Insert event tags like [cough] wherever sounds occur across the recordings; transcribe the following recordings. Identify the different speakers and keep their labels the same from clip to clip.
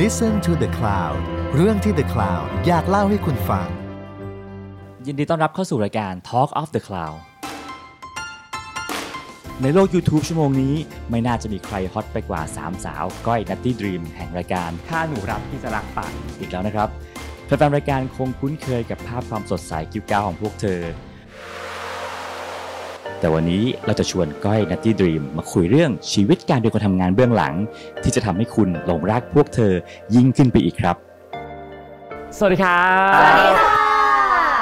Speaker 1: Listen to the Cloud เรื่องที่ The Cloud อยากเล่าให้คุณฟัง
Speaker 2: ยินดีต้อนรับเข้าสู่รายการ Talk of the Cloud ในโลก YouTube ชั่วโมงนี้ ไม่น่าจะมีใครฮอตไปกว่า 3 สาว ก้อยนัตตี้ดรีมแห่งรายการ
Speaker 3: ถ้าหนูรับพี่จะรักปาก
Speaker 2: อีกแล้วนะครับแฟนๆรายการคงคุ้นเคยกับภาพความสดใสกิ้วก้าวของพวกเธอ แต่วันนี้เราจะชวนก้อยนัตตี้ดรีมมาคุยเรื่องชีวิตการเป็นคนทำงานเบื้องหลัง ที่จะทำให้คุณหลงรักพวกเธอยิ่งขึ้นไปอีกครับ
Speaker 3: สวัสดีครับ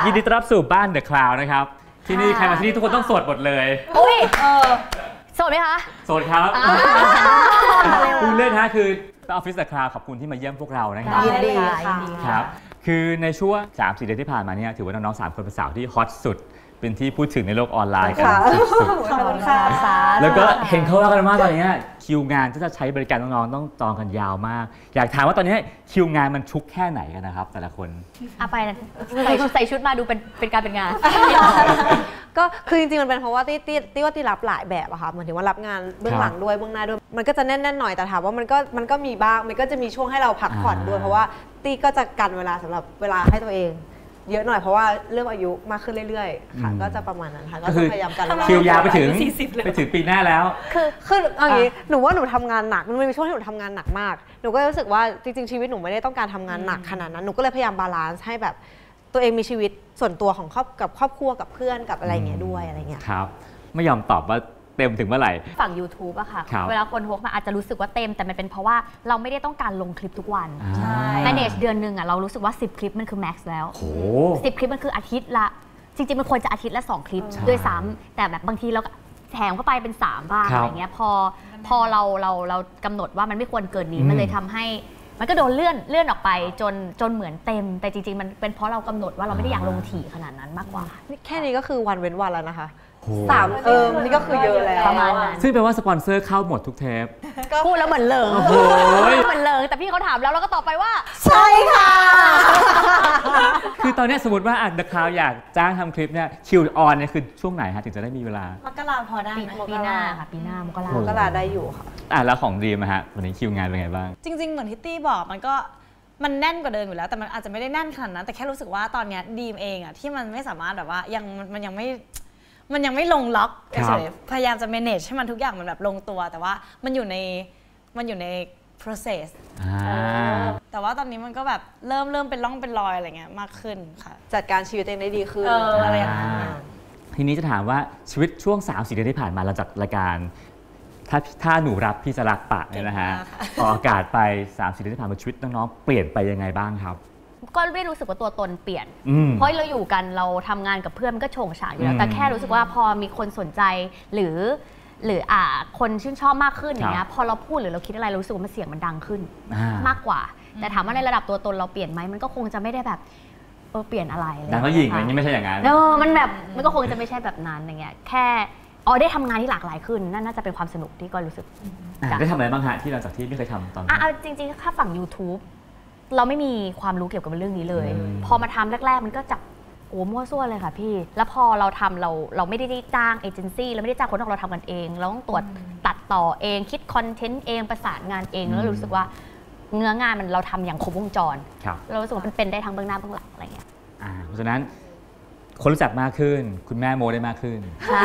Speaker 3: ยินดีต้อนรับสู่บ้านเดอะคลาวนะครับ ที่นี่
Speaker 4: ค่ะ
Speaker 3: ใครมาที่นี่ทุกคนต้องสวดหมดเลย
Speaker 4: อุ้ยเออสดไหมคะ
Speaker 3: สวดครับคุณเล่นนะคือออฟฟิศเดอะคลาวขอบคุณที่มาเยี่ยมพวกเรานะครับ
Speaker 4: ยินดีค่ะยินดี
Speaker 3: ครับ คือในช่วง3ามสี่เดือนที่ผ่านมาเนี่ยถือว่าน้องๆสามคนเป็นสาวที่ฮอตสุด เป็นที่พูดถึงในโลกออนไลน์กันสุดๆ
Speaker 4: ขอบคุณค่ะสาธุ
Speaker 3: แล้วก็เห็นเขาว่ากันว่าตอนเนี้ยคิวงานที่จะใช้บริการน้องๆต้องจองกันยาวมาก อยากถามว่าตอนเนี้ยคิวงานมันชุกแค่ไหนกันนะครับ แต่ละคน
Speaker 4: อะไปนะใส่ใส่ชุดมาดูเป็นเป็นการ [laughs] เป็นงาน
Speaker 5: ก็คือจริงๆมันเป็นเพราะว่าตี้ตี้ตี้ว่าตี้รับหลายแบบอะค่ะเหมือนถึงว่ารับงานเบื้องหลังด้วยเบื้องหน้าด้วย มันก็จะแน่นๆหน่อยแต่ถามว่ามันก็มันก็มีบ้างมันก็จะมีช่วงให้เราพักผ่อนด้วย
Speaker 3: อ่า
Speaker 5: เพราะว่าตี้ก็จะกันเวลาสำหรับเวลาให้ตัวเอง เยอะหน่อยเพราะว่าเริ่มอายุมากขึ้นเรื่อยๆค่ะก็จะประมาณนั้นค่ะก็
Speaker 3: ก็
Speaker 5: จะ
Speaker 3: คือ
Speaker 5: พยายามกันเวลา
Speaker 3: คิวยาวไปถึง
Speaker 4: สี่สิบเลย
Speaker 3: ไปถึงปีหน้าแล้ว
Speaker 5: คือคือเอาอย่างนี้หนูว่าหนูทำงานหนักมันมีช่วงที่หนูทำงานหนักมากหนูก็รู้สึกว่าจริงๆชีวิตหนูไม่ได้ต้องการทำงานหนักขนาดนั้นหนูก็เลยพยายามบาลานซ์ให้แบบตัวเองมีชีวิตส่วนตัวของครอบกับครอบครัวกับเพื่อนกับอะไรอย่างเงี้ยด้วยอะไรอย่างเงี้ย
Speaker 3: ครับ ไม่ยอมตอบว่าเต็มถึงเมื่อไหร่
Speaker 4: ฝั่ง YouTube อะค่ะ
Speaker 3: ครับ
Speaker 4: เวลาคนโฮกมาอาจจะรู้สึกว่าเต็ม แต่มันเป็นเพราะว่าเราไม่ได้ต้องการลงคลิปทุกวัน
Speaker 3: อ่าใช่
Speaker 4: manage เดือนหนึ่งอะเรารู้สึกว่า 10 คลิปมันคือ max แล้ว
Speaker 3: โห
Speaker 4: 10 คลิปมันคืออาทิตย์ละ จริงๆ มันควรจะอาทิตย์ละ 2 คลิป
Speaker 3: ใช่
Speaker 4: ด้วยซ้ำแต่แบบบางทีเราก็แถมเข้าไปเป็น 3 บ้าง
Speaker 3: ครับ
Speaker 4: อะไรเงี้ยพอพอเราเราเรากำหนดว่ามันไม่ควรเกินนี้
Speaker 3: อืม
Speaker 4: มันเลยทำให้ มันก็โดนเลื่อนเลื่อนออกไปจนจนเหมือนเต็ม แต่จริงๆ มันเป็นเพราะเรากำหนดว่าเราไม่ได้อยากลงถี่ขนาดนั้นมากกว่า
Speaker 5: นี่แค่นี้ก็คือวันเว้นวันแล้วนะคะ
Speaker 3: โห
Speaker 5: สามเออนี่ก็คือเยอะแล้ว
Speaker 4: ประมาณนั้น
Speaker 3: ซึ่งแปลว่าสปอนเซอร์เข้าหมดทุกเทป
Speaker 4: พูดแล้วเหมือนเหลิง
Speaker 3: โอ้โห
Speaker 4: เหมือนเหลิงแต่พี่เขาถามแล้วเราก็ตอบไปว่า
Speaker 5: ใช่ค่ะ
Speaker 3: คือตอนเนี้ยสมมติว่าอ่ะเดอะคลาวอยากจ้างทำคลิปเนี่ยคิวออนเนี่ยคือช่วงไหนฮะถึงจะได้มีเวลา
Speaker 5: มกราพอได้
Speaker 4: ปีปีหน้าค่ะปีหน้ามกรา
Speaker 3: โอ้
Speaker 5: ม
Speaker 3: โห
Speaker 5: กราได้อยู่ค่ะ
Speaker 3: อ่ะแล้วของดีมอะฮะวันนี้คิวงานเป็นไงบ้าง
Speaker 6: จริง ๆ เหมือนที่ตี้บอกมันก็มันแน่นกว่าเดิมอยู่แล้ว แต่มันอาจจะไม่ได้แน่นขนาดนั้น แต่แค่รู้สึกว่าตอนเนี้ยดีมเองอะที่มันไม่สามารถแบบว่ายังมันยังไม่มันยังไม่ลงล็อก
Speaker 3: ครับ
Speaker 6: เฉยๆพยายามจะ manage ให้มันทุกอย่างมันแบบลงตัว แต่ว่ามันอยู่ในมันอยู่ใน process
Speaker 3: อ่า
Speaker 6: แต่ว่าตอนนี้มันก็แบบเริ่มเริ่มเป็นร่องเป็นรอยอะไรเงี้ยมากขึ้นค่ะ
Speaker 5: จัดการชีวิตตัวเองได้ดีขึ้น
Speaker 6: เอออะไรอย่างนั้น
Speaker 3: อ่าทีนี้จะถามว่าชีวิตช่วง3ามสี่เดือนที่ผ่านมาหลังจากรายการ ถ้าถ้าหนูรับพี่จะรักปะเนี่ยนะฮะ
Speaker 6: เก่งมากค่ะ
Speaker 3: ออกอากาศไป3ามสี่เดือนที่ผ่านมาชีวิตน้องๆเปลี่ยนไปยังไงบ้างครับ
Speaker 4: ก็ไม่รู้สึกว่าตัวตนเปลี่ยน
Speaker 3: อืม
Speaker 4: เพราะเราอยู่กันเราทำงานกับเพื่อนมันก็โฉงฉางอยู่แล้
Speaker 3: อื
Speaker 4: ว
Speaker 3: ม
Speaker 4: แต่แค่รู้สึกว่าพอมีคนสนใจหรือ หรืออ่าคนชื่นชอบมากขึ้นอย่างเงี้
Speaker 3: ครับ
Speaker 4: ยพอเราพูดหรือเราคิดอะไรเรารู้สึกว่ามันเสียงมันดังขึ้น
Speaker 3: อ่าม
Speaker 4: ากกว่า แต่ถามว่าในระดับตัวตนเราเปลี่ยนไหมมันก็คงจะไม่ได้แบบเออเปลี่ยนอะไรอะไร
Speaker 3: ดังแล้วหญิงอะไรอย่างนี้ไม่ใช่อย่างนั้น
Speaker 4: เออมันแบบมันก็คงจะไม่ใช่แบบนั้นอย่างเงี้ยแค่อ๋อได้ทำงานที่หลากหลายขึ้นนั่นน่าจะเป็นความสนุกที่ก็รู้สึก
Speaker 3: อ่ะได้ทำอะไรบ้างฮะที่หลังจากที่ไม่เคยทำตอนนั้
Speaker 4: อ่ะ
Speaker 3: น
Speaker 4: เอาจริงๆ ถ้าฝั่ง YouTube เราไม่มีความรู้เกี่ยวกับเรื่องนี้เลย
Speaker 3: อืม
Speaker 4: พอมาทำแรก ๆ มันก็จับโอ้มั่วซั่วเลยค่ะพี่ แล้วพอเราทำเราเราไม่ได้จ้างเอเจนซี่เราไม่ได้จ้างคนหรอกเราทำกันเอง เราต้องตรวจตัดต่อเอง คิดคอนเทนต์เองประสานงานเอง
Speaker 3: อืม
Speaker 4: แล้วรู้สึกว่าเนื้องานมันเราทำอย่างครบวงจร
Speaker 3: ครับ
Speaker 4: เรารู้สึกว่ามันเป็นได้ทั้งเบื้องหน้าเบื้องหลังอะไรอย่างเงี้ย
Speaker 3: อ่า เพราะฉะนั้นคนรู้จักมากขึ้น คุณแม่โมได้มากขึ้น
Speaker 4: ใช่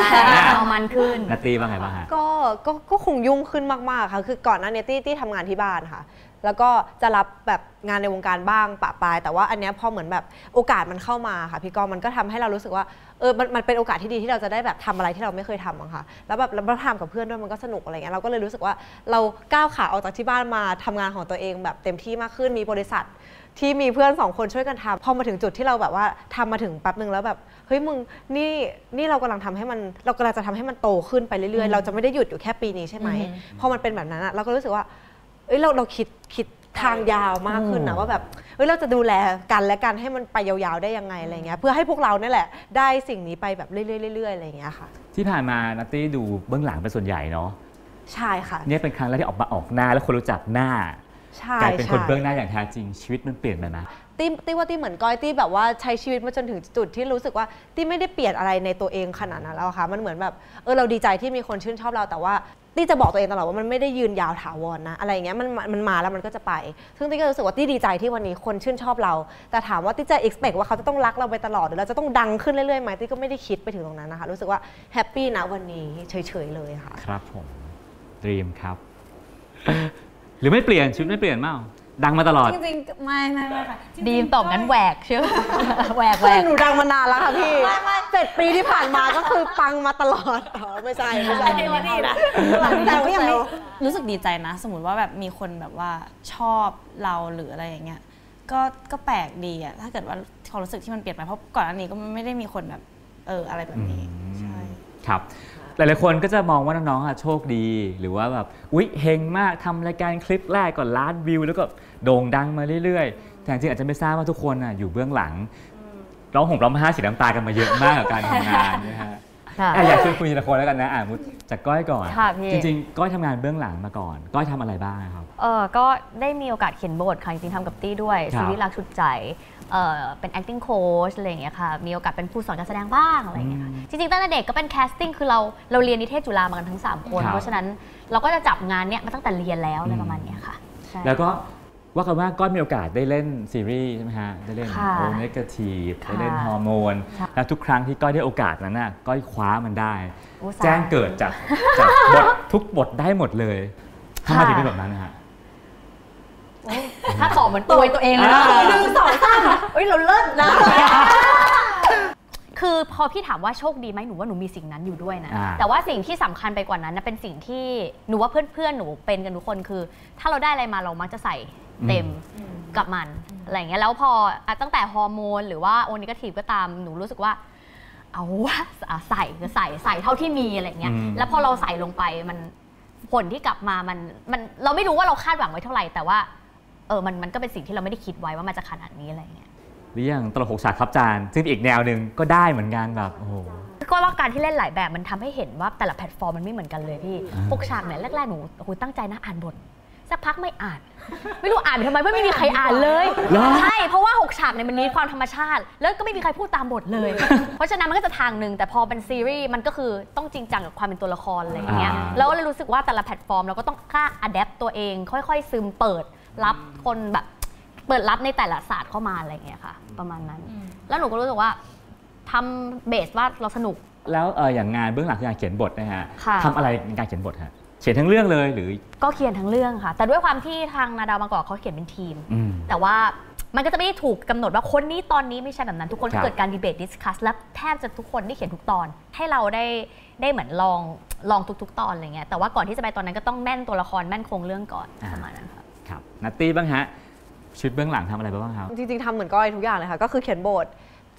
Speaker 4: เอามันขึ้น
Speaker 3: นาตีบ้างไงบ้างฮะ
Speaker 5: ก็ก็ก็คงยุ่งขึ้นมากๆค่ะ คือก่อนหน้านี้ตี้ตี้ทำงานที่บ้านค่ะ แล้วก็จะรับแบบงานในวงการบ้างปะปาย แต่ว่าอันเนี้ยพอเหมือนแบบโอกาสมันเข้ามาค่ะพี่กอมันก็ทำให้เรารู้สึกว่าเออมันมันเป็นโอกาสที่ดีที่เราจะได้แบบทำอะไรที่เราไม่เคยทำอะค่ะ แล้วแบบเราทำกับเพื่อนด้วยมันก็สนุกอะไรเงี้ยเราก็เลยรู้สึกว่าเราก้าวขาออกจากที่บ้านมาทำงานของตัวเองแบบเต็มที่มากขึ้นมีบริษัท ที่มีเพื่อนสองคนช่วยกันทำพอมาถึงจุดที่เราแบบว่าทำมาถึงแป๊บหนึ่งแล้วแบบเฮ้ยมึงนี่นี่เรากำลังทำให้มันเรากำลังจะทำให้มันโตขึ้นไปเรื่อยๆ เราจะไม่ได้หยุดอยู่แค่ปีนี้ใช่ไหมพอมันเป็นแบบนั้นอะเราก็รู้สึกว่าเอ้ยเราเราคิดคิดทางยาวมากขึ้นนะว่าแบบเฮ้ยเราจะดูแลกันและกันให้มันไปยาวๆได้ยังไงอะไรเงี้ยเพื่อให้พวกเราเนี่ยแหละ ได้สิ่งนี้ไปแบบเรื่อยๆเรื่อยๆอะไรเงี้ยค่ะ
Speaker 3: ที่ผ่านมานาตีดูเบื้องหลังเป็นส่วนใหญ่เนาะ
Speaker 5: ใช่ค่ะ
Speaker 3: เนี่ยเป็นครั้งแรกที่ออกมาออกหน้าแล้วคนรู้จักหน้า
Speaker 5: ใช่
Speaker 3: กลายเป็นคน
Speaker 5: ใช่
Speaker 3: เบื้องหน้าอย่างแท้จริงชีวิตมันเปลี่ยนไปไหม
Speaker 5: ตี้ตี้ว่าตี้เหมือนก้อยตี้แบบว่าใช้ชีวิตมาจนถึงจุดที่รู้สึกว่าตี้ไม่ได้เปลี่ยนอะไรในตัวเองขนาดนั้นแล้วอะค่ะ มันเหมือนแบบเออเราดีใจที่มีคนชื่นชอบเราแต่ว่า ตี้จะบอกตัวเองตลอดว่ามันไม่ได้ยืนยาวถาวรนะอะไรอย่างเงี้ยมันมันมาแล้วมันก็จะไป ซึ่งตี้ก็รู้สึกว่าตี้ดีใจที่วันนี้คนชื่นชอบเรา แต่ถามว่าตี้จะ expect ว่าเขาจะต้องรักเราไปตลอดหรือเราจะต้องดังขึ้นเรื่อยๆไหมตี้ก็ไม่ได้คิดไปถึงตรงนั้นนะคะรู้สึกว่าแฮปปี้นะวันนี้เฉยๆเลยค่ะ
Speaker 3: ครับผมดรีมครับ หรือไม่เปลี่ยนชีวิตไม่เปลี่ยนเมาดังมาตลอด
Speaker 6: จริงๆไม่ไม่ไม่ค่ะจริงๆ
Speaker 4: ดีมตอบงั้นแหว [laughs] กเชื่อแหวกแหว
Speaker 5: คือก หนูดังมานานแล้วค่ะพี่เจ็ดปีที่ผ่านมาก็คือปังมาตลอดอ๋อไม่ใช่ไม่ใช่
Speaker 4: ไม่ได้นะ
Speaker 5: แต่ก็ยังไม่
Speaker 6: รู้สึกดีใจนะ สมมติว่าแบบมีคนแบบว่าชอบเราหรืออะไรอย่างเงี้ยก็ก็แปลกดีอะถ้าเกิดว่าความรู้สึกที่มันเปลี่ยนไปเพราะก่อนอันนี้ก็ไม่ได้มีคนแบบเอออะไรแบบนี้ใช่
Speaker 3: ครับ หลาย ๆ คนก็จะมองว่าน้อง ๆอะโชคดี หรือว่าแบบ อุ๊ยเฮงมากทำรายการคลิปแรกก่อนล้านวิว แล้วก็โด่งดังมาเรื่อย ๆ แต่จริงๆอาจจะไม่ทราบว่าทุกคนอะอยู่เบื้องหลังร้องห่มร้องไห้เสียน้ำตากันมาเยอะมากกับการทำงานนะฮะ
Speaker 4: ค่ะ
Speaker 3: อ่ะอยากชวนคุยทีละคนแล้วกันนะอ่ะมุดจากก้อยก่อน
Speaker 4: ค่ะพี่
Speaker 3: จริง ๆ ก้อยทำงานเบื้องหลังมาก่อน ก้อยทำอะไรบ้างครับ
Speaker 4: เออก็ได้มีโอกาสเขียนบทค่ะ จริงๆทำกับตี้ด้วย
Speaker 3: ครับ
Speaker 4: ซีรีส์รักชุดใจเออเป็น acting coach อะไรอย่างเงี้ยค่ะ มีโอกาสเป็นผู้สอนการแสดงบ้างอะไรอย่างเงี้ยค่ะ จริงๆ ตั้งแต่เด็กก็เป็น casting คือเราเราเรียนนิเทศจุฬามากันทั้ง 3 คน
Speaker 3: ครับ
Speaker 4: เพราะฉะนั้นเราก็จะจับงานเนี้ยมาตั้งแต่เรียนแล้วอะไรประมาณเนี้ยค่ะใช่
Speaker 3: แล้วก็ว่ากันว่าก้อยมีโอกาสได้เล่นซีรีส์ใช่ไหมฮะ ได้เล่น
Speaker 4: ค่ะ
Speaker 3: โอเนกาทีฟ
Speaker 4: ค่ะ
Speaker 3: ได้เล่นฮอร์โมน
Speaker 4: ค่ะ
Speaker 3: แล้วทุกครั้งที่ก้อยได้โอกาสนั้นน่ะก้อยคว้ามันได้
Speaker 4: อุตส่าห์
Speaker 3: แจ้งเกิดจาก
Speaker 4: [laughs]
Speaker 3: จากบททุกบทได้หมดเลยทำไม
Speaker 4: ค่ะ
Speaker 3: ถึงเป็นแบบนั้นนะฮะ
Speaker 4: ถ้าขอเหมือนอวยตัวเองเลย
Speaker 3: อ่า
Speaker 4: หนึ่งสองสามเอ้ย เราเลิศนะ [laughs] คือพอพี่ถามว่าโชคดีไหมหนูว่าหนูมีสิ่งนั้นอยู่ด้วยนะ
Speaker 3: อ่า
Speaker 4: แต่ว่าสิ่งที่สำคัญไปกว่านั้นนะเป็นสิ่งที่หนูว่าเพื่อนๆหนูเป็นกันทุกคนคือ ถ้าเราได้อะไรมาเรามักจะใส่เต็มกับมันอะไรอย่างเงี้ยแล้วพออ่ะตั้งแต่ฮอร์โมน หรือว่าโอนิกทีฟก็ตามหนูรู้สึกว่า เอาวะอ่ะใส่ก็ใส่ใส่เท่าที่มีอะไรอย่างเงี้ย
Speaker 3: อืม
Speaker 4: แล้วพอเราใส่ลงไปมันผลที่กลับมามันมันเราไม่รู้ว่าเราคาดหวังไว้เท่าไหร่แต่ว่าเออมันมันก็เป็นสิ่งที่เราไม่ได้คิดไว้ว่ามันจะขนาดนี้อะไรอย่างเงี้ย
Speaker 3: หรืออย่างตลกหกฉากทับจาน ซึ่งเป็นอีกแนวหนึ่งก็ได้เหมือนกันแบบโอ้โห
Speaker 4: ก็ว่าการที่เล่นหลายแบบมันทำให้เห็นว่าแต่ละแพลตฟอร์มมันไม่เหมือนกันเลยพี่
Speaker 3: อ่า
Speaker 4: ปกฉากเนี่ยแรกๆหนูโอ้โหตั้งใจนะอ่านบทสักพักไม่อ่าน ไม่รู้อ่านไปทำไมไม่มีใครอ่านเลยใช่เพราะว่าหกฉากเนี่ยมันนีความธรรมชาติ แล้วก็ไม่มีใครพูดตามบทเลย เพราะฉะนั้นมันก็จะทางหนึ่งแต่พอเป็นซีรีส์มันก็คือต้องจริงจังกับความเป็นตัวละครอะไรอย่างเงี้ย
Speaker 3: อ่า
Speaker 4: แล้วเลยรู้สึกว่าแต่ละแพลตฟอร์มเราก็ต้องกล้าอัดแอปตัวเอง ค่อยๆ ซึมเปิดรับคนแบบ เปิดรับในแต่ละศาสตร์เข้ามาอะไรอย่างเงี้ยค่ะ ประมาณนั้น แล้วหนูก็รู้สึกว่าทำเบสว่าเราสนุก
Speaker 3: แล้วเอ่ออย่างงานเบื้องหลังงานเขียนบทนะฮะ
Speaker 4: ค่ะ
Speaker 3: ทำอะไรในการเขียนบทฮะเขียนทั้งเรื่องเลยหรือ
Speaker 4: ก็เขียนทั้งเรื่องค่ะ แต่ด้วยความที่ทางนาดาวมางกอกเขาเขียนเป็นทีม
Speaker 3: อืม
Speaker 4: แต่ว่ามันก็จะไม่ได้ถูกกำหนดว่าคนนี้ตอนนี้ไม่ใช่แบบนั้นทุกคน
Speaker 3: ครับ
Speaker 4: เกิดการดีเบตดิสคัสและแทบจะทุกคนได้เขียนทุกตอน ให้เราได้ได้เหมือนลองลองทุก ๆ ตอนอะไรเงี้ยแต่ว่าก่อนที่จะไปตอนนั้นก็ต้องแม่นตัวละครแม่นโครงเรื่องก่อน
Speaker 3: อ่า
Speaker 4: ประมาณนั้นค่ะ
Speaker 3: ครับนัตตี้บ้างฮะชีวิตเบื้องหลังทำอะไรไปบ้างครับ
Speaker 5: จริง ๆทำเหมือนก้อยทุกอย่างเลยค่ะ ก็คือเขียนบท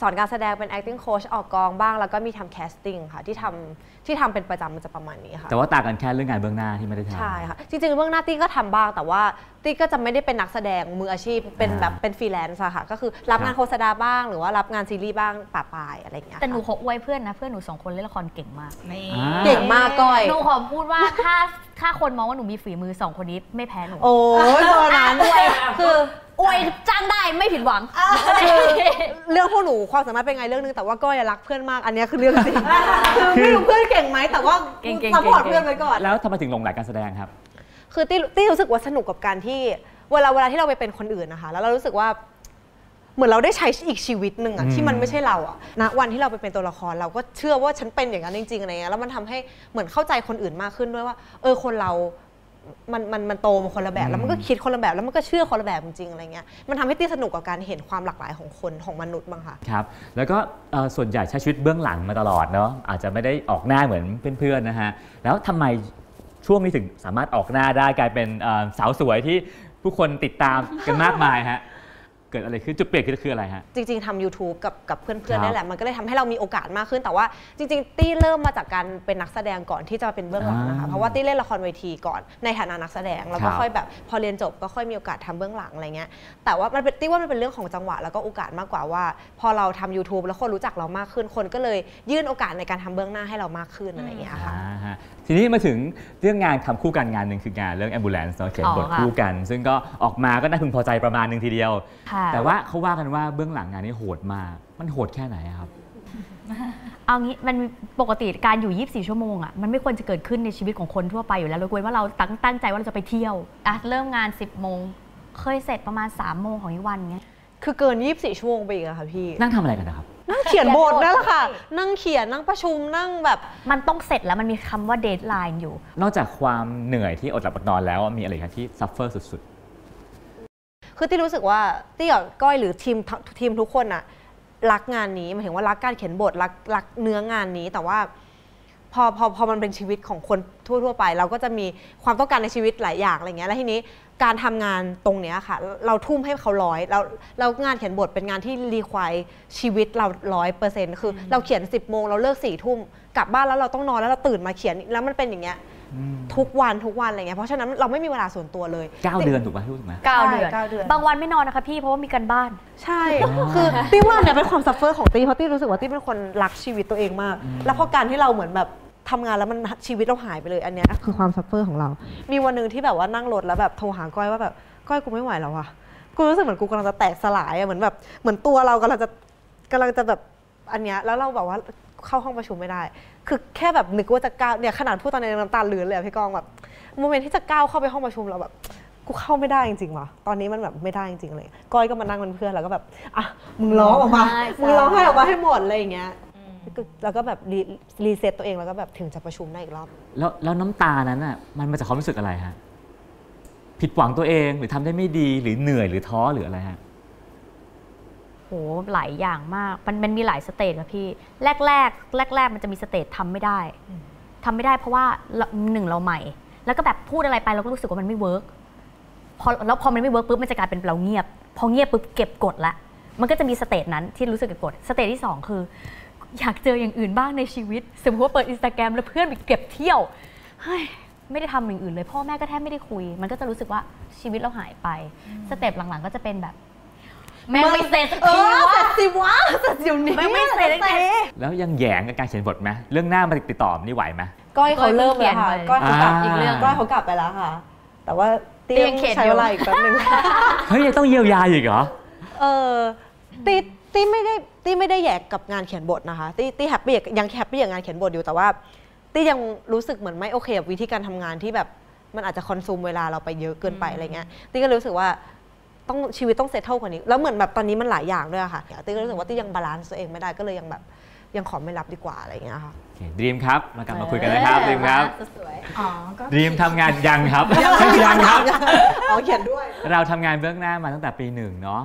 Speaker 5: สอนการแสดงเป็น acting coach ออกกองบ้าง แล้วก็มีทำ casting ค่ะ ที่ทำที่ทำเป็นประจำมันจะประมาณนี้ค่ะ
Speaker 3: แต่ว่าต่างกันแค่เรื่องงานเบื้องหน้าที่ไม่ได้ทำ
Speaker 5: ใช่ค่ะ จริง ๆ เบื้องหน้าตี้ก็ทำบ้าง แต่ว่าตี้ก็จะไม่ได้เป็นนักแสดงมืออาชีพ เป็น
Speaker 3: อ่า
Speaker 5: แบบเป็นฟรีแลนซ์อะค่ะ ก็คือรับงา
Speaker 3: ค
Speaker 5: น
Speaker 3: รับ
Speaker 5: โฆษณาบ้าง หรือว่ารับงานซีรีส์บ้างป่าปลายอะไรอย่างเงี้ย
Speaker 4: แต่หนู
Speaker 5: ค่ะ
Speaker 4: ขออวยเพื่อนนะเพื่อนหนูสองคนเล่นละครเก่งมาก
Speaker 6: นี่
Speaker 3: อ่า
Speaker 5: เก่งมากก้อย
Speaker 4: หนูขอพูดว่าถ้าถ้าคนมองว่าหนูมีฝีมือสองคนนี้ไม่แพ้หนู
Speaker 5: โอ้ยตอนนั้นคือ
Speaker 4: อวยจ้างได้ไม่ผิดหวัง
Speaker 5: คือเรื่องพวกหนูความสามารถเป็นไงเรื่องนึงแต่ว่าก้อยรักเพื่อนมากอันเนี้ยคือเรื่องจริงคือไม่รู้เพื่อนเก่งไหมแต่ว่า
Speaker 4: เก่งๆเก่งๆ
Speaker 5: ซัพพอร์ตเพื่อนไว้ก่อน
Speaker 3: แล้วทำไมถึงหลงไหลการแสดงครับ
Speaker 5: คือตี้ตี้รู้สึกว่าสนุกกับการที่เวลาเวลาที่เราไปเป็นคนอื่นนะคะ แล้วเรารู้สึกว่าเหมือนเราได้ใช้อีกชีวิตหนึ่งอะ
Speaker 3: อืม
Speaker 5: ที่มันไม่ใช่เราอะณวันที่เราไปเป็นตัวละคร เราก็เชื่อว่าฉันเป็นอย่างนั้นจริงๆอะไรเงี้ยแล้วมันทำให้เหมือนเข้าใจคนอื่นมากขึ้นด้วยว่า เออคนเรา มันมันมันโตมาคนละแบบ แล้วมันก็คิดคนละแบบแล้วมันก็เชื่อคนละแบบจริงๆอะไรเงี้ยมันทำให้ตี้สนุกกับการเห็นความหลากหลายของคนของมนุษย์บ้างค่ะ
Speaker 3: ครับ แล้วก็เอ่อส่วนใหญ่ใช้ชีวิตเบื้องหลังมาตลอดเนาะอาจจะไม่ได้ออกหน้าเหมือนเพื่อนๆนะฮะ แล้วทำไมช่วงนี้ถึงสามารถออกหน้าได้กลายเป็นเอ่อสาวสวยที่ผู้คนติดตามกันมากมายฮะ เกิดอะไรขึ้นจุดเปลี่ยนคืออะไรฮะ
Speaker 5: จริง ๆทำ YouTube กับกับเพื่อน
Speaker 3: ครับ
Speaker 5: ๆนี่แหละ มันก็เลยทำให้เรามีโอกาสมากขึ้น แต่ว่าจริง ๆ ตี้เริ่มมาจากการเป็นนักแสดงก่อนที่จะมาเป็นเบื้องหลังนะคะ
Speaker 3: อ่า
Speaker 5: เพราะว่าตี้เล่นละครเวทีก่อนในฐานะนักแสดง แล้ว
Speaker 3: ค
Speaker 5: ก็
Speaker 3: รับ
Speaker 5: ค่อยแบบพอเรียนจบก็ค่อยมีโอกาสทำเบื้องหลังอะไรเงี้ย แต่ว่ามันเป็นตี้ว่ามันเป็นเรื่องของจังหวะแล้วก็โอกาสมากกว่าว่า พอเราทำ YouTube แล้วคนรู้จักเรามากขึ้น คนก็เลยยื่นโอกาสในการทำเบื้องหน้าให้เรามากขึ้นอะไรอย่างเงี้ยค่ะ
Speaker 3: อ่าฮะทีนี้มาถึงเรื่องงานทำคู่กันงานหนึ่งคืองานเรื่อง ambulance เนาะเขียนบท
Speaker 4: อ๋อค่ะ
Speaker 3: คู่กัน ซึ่งก็ออกมาก็น่าพึงพอใจประมาณหนึ่งทีเดียว
Speaker 4: ค่ะ
Speaker 3: แต่ว่าเขาว่ากันว่าเบื้องหลังงานนี้โหดมาก มันโหดแค่ไหนอะครับ
Speaker 4: เอางี้มันปกติการอยู่ 24 ชั่วโมงอะมันไม่ควรจะเกิดขึ้นในชีวิตของคนทั่วไปอยู่แล้วเราควรว่าเราตั้งตั้งใจว่าเราจะไปเที่ยวอ่ะเริ่มงาน 10 โมง เคยเสร็จประมาณ 3 โมงของอีกวันเงี้ย
Speaker 5: คือเกิน 24 ชั่วโมงไปอีกอะค่ะพี่
Speaker 3: นั่งทำอะไรกันนะครับ
Speaker 5: นั่งเขียนบท
Speaker 4: เขียนบท
Speaker 5: นั่นแหละค่ะ
Speaker 4: ใช่
Speaker 5: นั่งเขียนนั่งประชุมนั่งแบบ
Speaker 4: มันต้องเสร็จแล้วมันมีคำว่าเดทไลน์อยู่
Speaker 3: นอกจากความเหนื่อยที่อดหลับอดนอนแล้วมีอะไรอีกครับที่ซัฟเฟอร์สุด
Speaker 5: คือที่รู้สึกว่าตี้กับก้อยหรือทีมททีมทุกคนอะรักงานนี้หมายถึงว่ารักการเขียนบทรักรักเนื้องานนี้แต่ว่า พอพอพอมันเป็นชีวิตของคนทั่ว ๆ ไป เราก็จะมีความต้องการในชีวิตหลายอย่างอะไรเงี้ยแล้วทีนี้การทำงานตรงเนี้ยค่ะ เราทุ่มให้เขาร้อยแล้วแล้วงานเขียนบทเป็นงานที่รีควายชีวิตเราร้อยเปอร์เซ็นต์คือ เราเขียน 10บโมงเราเลิกสี่ทุ่มกลับบ้านแล้วเราต้องนอนแล้วเราตื่นมาเขียนแล้วมันเป็นอย่างเงี้ยทุกวันทุกวันอะไรเงี้ยเพราะฉะนั้นเราไม่มีเวลาส่วนตัวเลย
Speaker 3: ๆ 9 เดือนถูกป่ะที่พูดถูกไหม
Speaker 5: ใช่
Speaker 4: 9 เดือน
Speaker 5: เก้าเดือน
Speaker 4: บางวันไม่นอนนะคะพี่เพราะว่ามีการบ้าน
Speaker 5: ใช่ คือตี้ว่าเนี่ยเป็นความซัฟเฟอร์ของตี้เพราะตี้รู้สึกว่าตี้เป็นคนรักชีวิตตัวเองมาก แล้วพอการที่เราเหมือนแบบทำงานแล้วมันชีวิตเราหายไปเลยอันเนี้ยคือความซัฟเฟอร์ของเรา มีวันหนึ่งที่แบบว่านั่งรถแล้วแบบโทรหาก้อยว่าแบบก้อยกูไม่ไหวแล้วว่ะ กูรู้สึกเหมือนกูกำลังจะแตกสลายอะเหมือนแบบเหมือนตัวเรากำลังจะกำลังจะแบบอันเนี้ยแล้วเราแบบว่าเข้าห้องประชุมไม่ได้ คือแค่แบบนึกว่าจะก้าวเนี่ยขนาดพูดตอนในน้ำตาลื้นเลยอะพี่กองแบบโมเมนต์ที่จะก้าวเข้าไปห้องประชุมเราแบบ กูเข้าไม่ได้จริงๆว่ะ ตอนนี้มันแบบไม่ได้จริงๆเลย ก้อยก็มานั่งเป็นเพื่อนแล้วก็แบบ อ่ะ มึงร้องออกมา
Speaker 4: ใช่
Speaker 5: มึงร้องให้ออกมาให้หมดอะไรอย่างเงี้ย แล้วก็แบบรีรีเซ็ตตัวเองแล้วก็แบบถึงจะประชุมได้อีกรอบ
Speaker 3: แล้วแล้วน้ำตานั้นอ่ะมันมาจากความรู้สึกอะไรฮะ ผิดหวังตัวเองหรือทำได้ไม่ดีหรือเหนื่อยหรือท้อหรืออะไรฮะ
Speaker 4: โหหลายอย่างมาก มันมันมีหลายสเตจค่ะพี่ แรกแรกแรกแรกๆ มันจะมีสเตจทำไม่ได้ทำไม่ได้เพราะว่าเราหนึ่งเราใหม่ แล้วก็แบบพูดอะไรไปเราก็รู้สึกว่ามันไม่เวิร์กพอแล้วพอมันไม่เวิร์กปุ๊บมันจะกลายเป็นเราเงียบ พอเงียบปุ๊บเก็บกดละมันก็จะมีสเตจนั้นที่รู้สึกเก็บกดสเตจที่สองคือ อยากเจออย่างอื่นบ้างในชีวิต สมมติว่าเปิดอินสตาแกรมแล้วเพื่อนไปเก็บเที่ยวเฮ้ยไม่ได้ทำอย่างอื่นเลย พ่อแม่ก็แทบไม่ได้คุย มันก็จะรู้สึกว่าชีวิตเราหายไปสเต็ปหลังๆ ก็จะเป็นแบบ แม่งไม่เสร็จสัก
Speaker 5: เอ
Speaker 4: ที
Speaker 5: อ
Speaker 4: วะ
Speaker 5: เสร็จสิวะเสร็จเดี๋ยวนี้
Speaker 4: ไม่ไม่เสร็จ
Speaker 5: เสร็จ
Speaker 3: แล้วยังแหยงกับการเขียนบทไหมเรื่องหน้ามาติดต่อนี่ไหวไหม
Speaker 5: ก้อยเขาเริ่มแล้วค่ะ
Speaker 4: ก้
Speaker 5: ก้อ
Speaker 4: อย ย
Speaker 5: เขา
Speaker 3: เพิ่ง
Speaker 5: ก
Speaker 3: เขียนไป
Speaker 5: ลับอีกเรื่อง
Speaker 3: อ่า
Speaker 5: ก้อยเขากลับไปแล้วค่ะ แต่ว่าตี้
Speaker 4: ยังเขียน
Speaker 5: ใช้
Speaker 4: อยู่
Speaker 5: เวลาอีกแป๊บนึง
Speaker 3: เฮ้ยยังต้องเยียวยาอีกเหรอ
Speaker 5: เออตีตีไม่ได้ตีไม่ได้แยกกับงานเขียนบทนะคะตีตีแฮปปี้กับยังแฮปปี้กับงานเขียนบทอยู่แต่ว่าตียังรู้สึกเหมือนไม่โอเคกับวิธีการทำงานที่แบบมันอาจจะคอนซูมเวลาเราไปเยอะเกินไปอะไรเงี้ยตีก็เลยรู้สึกว่าต้องชีวิตต้องเซตเท่ากว่านี้ แล้วเหมือนแบบตอนนี้มันหลายอย่างด้วยอะค่ะตีก็รู้สึกว่าตียังบาลานซ์ตัวเองไม่ได้ก็เลยยังแบบยังขอไม่รับดีกว่าอะไรเงี้ย [laughs] ค่ะ
Speaker 3: โอเคดรีมครับ มากลับมาคุยกันนะครับดรีมครับ
Speaker 6: สวย
Speaker 3: ดรีมทำงานยัง
Speaker 6: [laughs]
Speaker 3: ครับ [laughs] ยังครับ
Speaker 5: เอาเขียนด้วย
Speaker 3: เราทำงานเบื้องหน้ามาตั้งแต่ปีหนึ่งเนาะ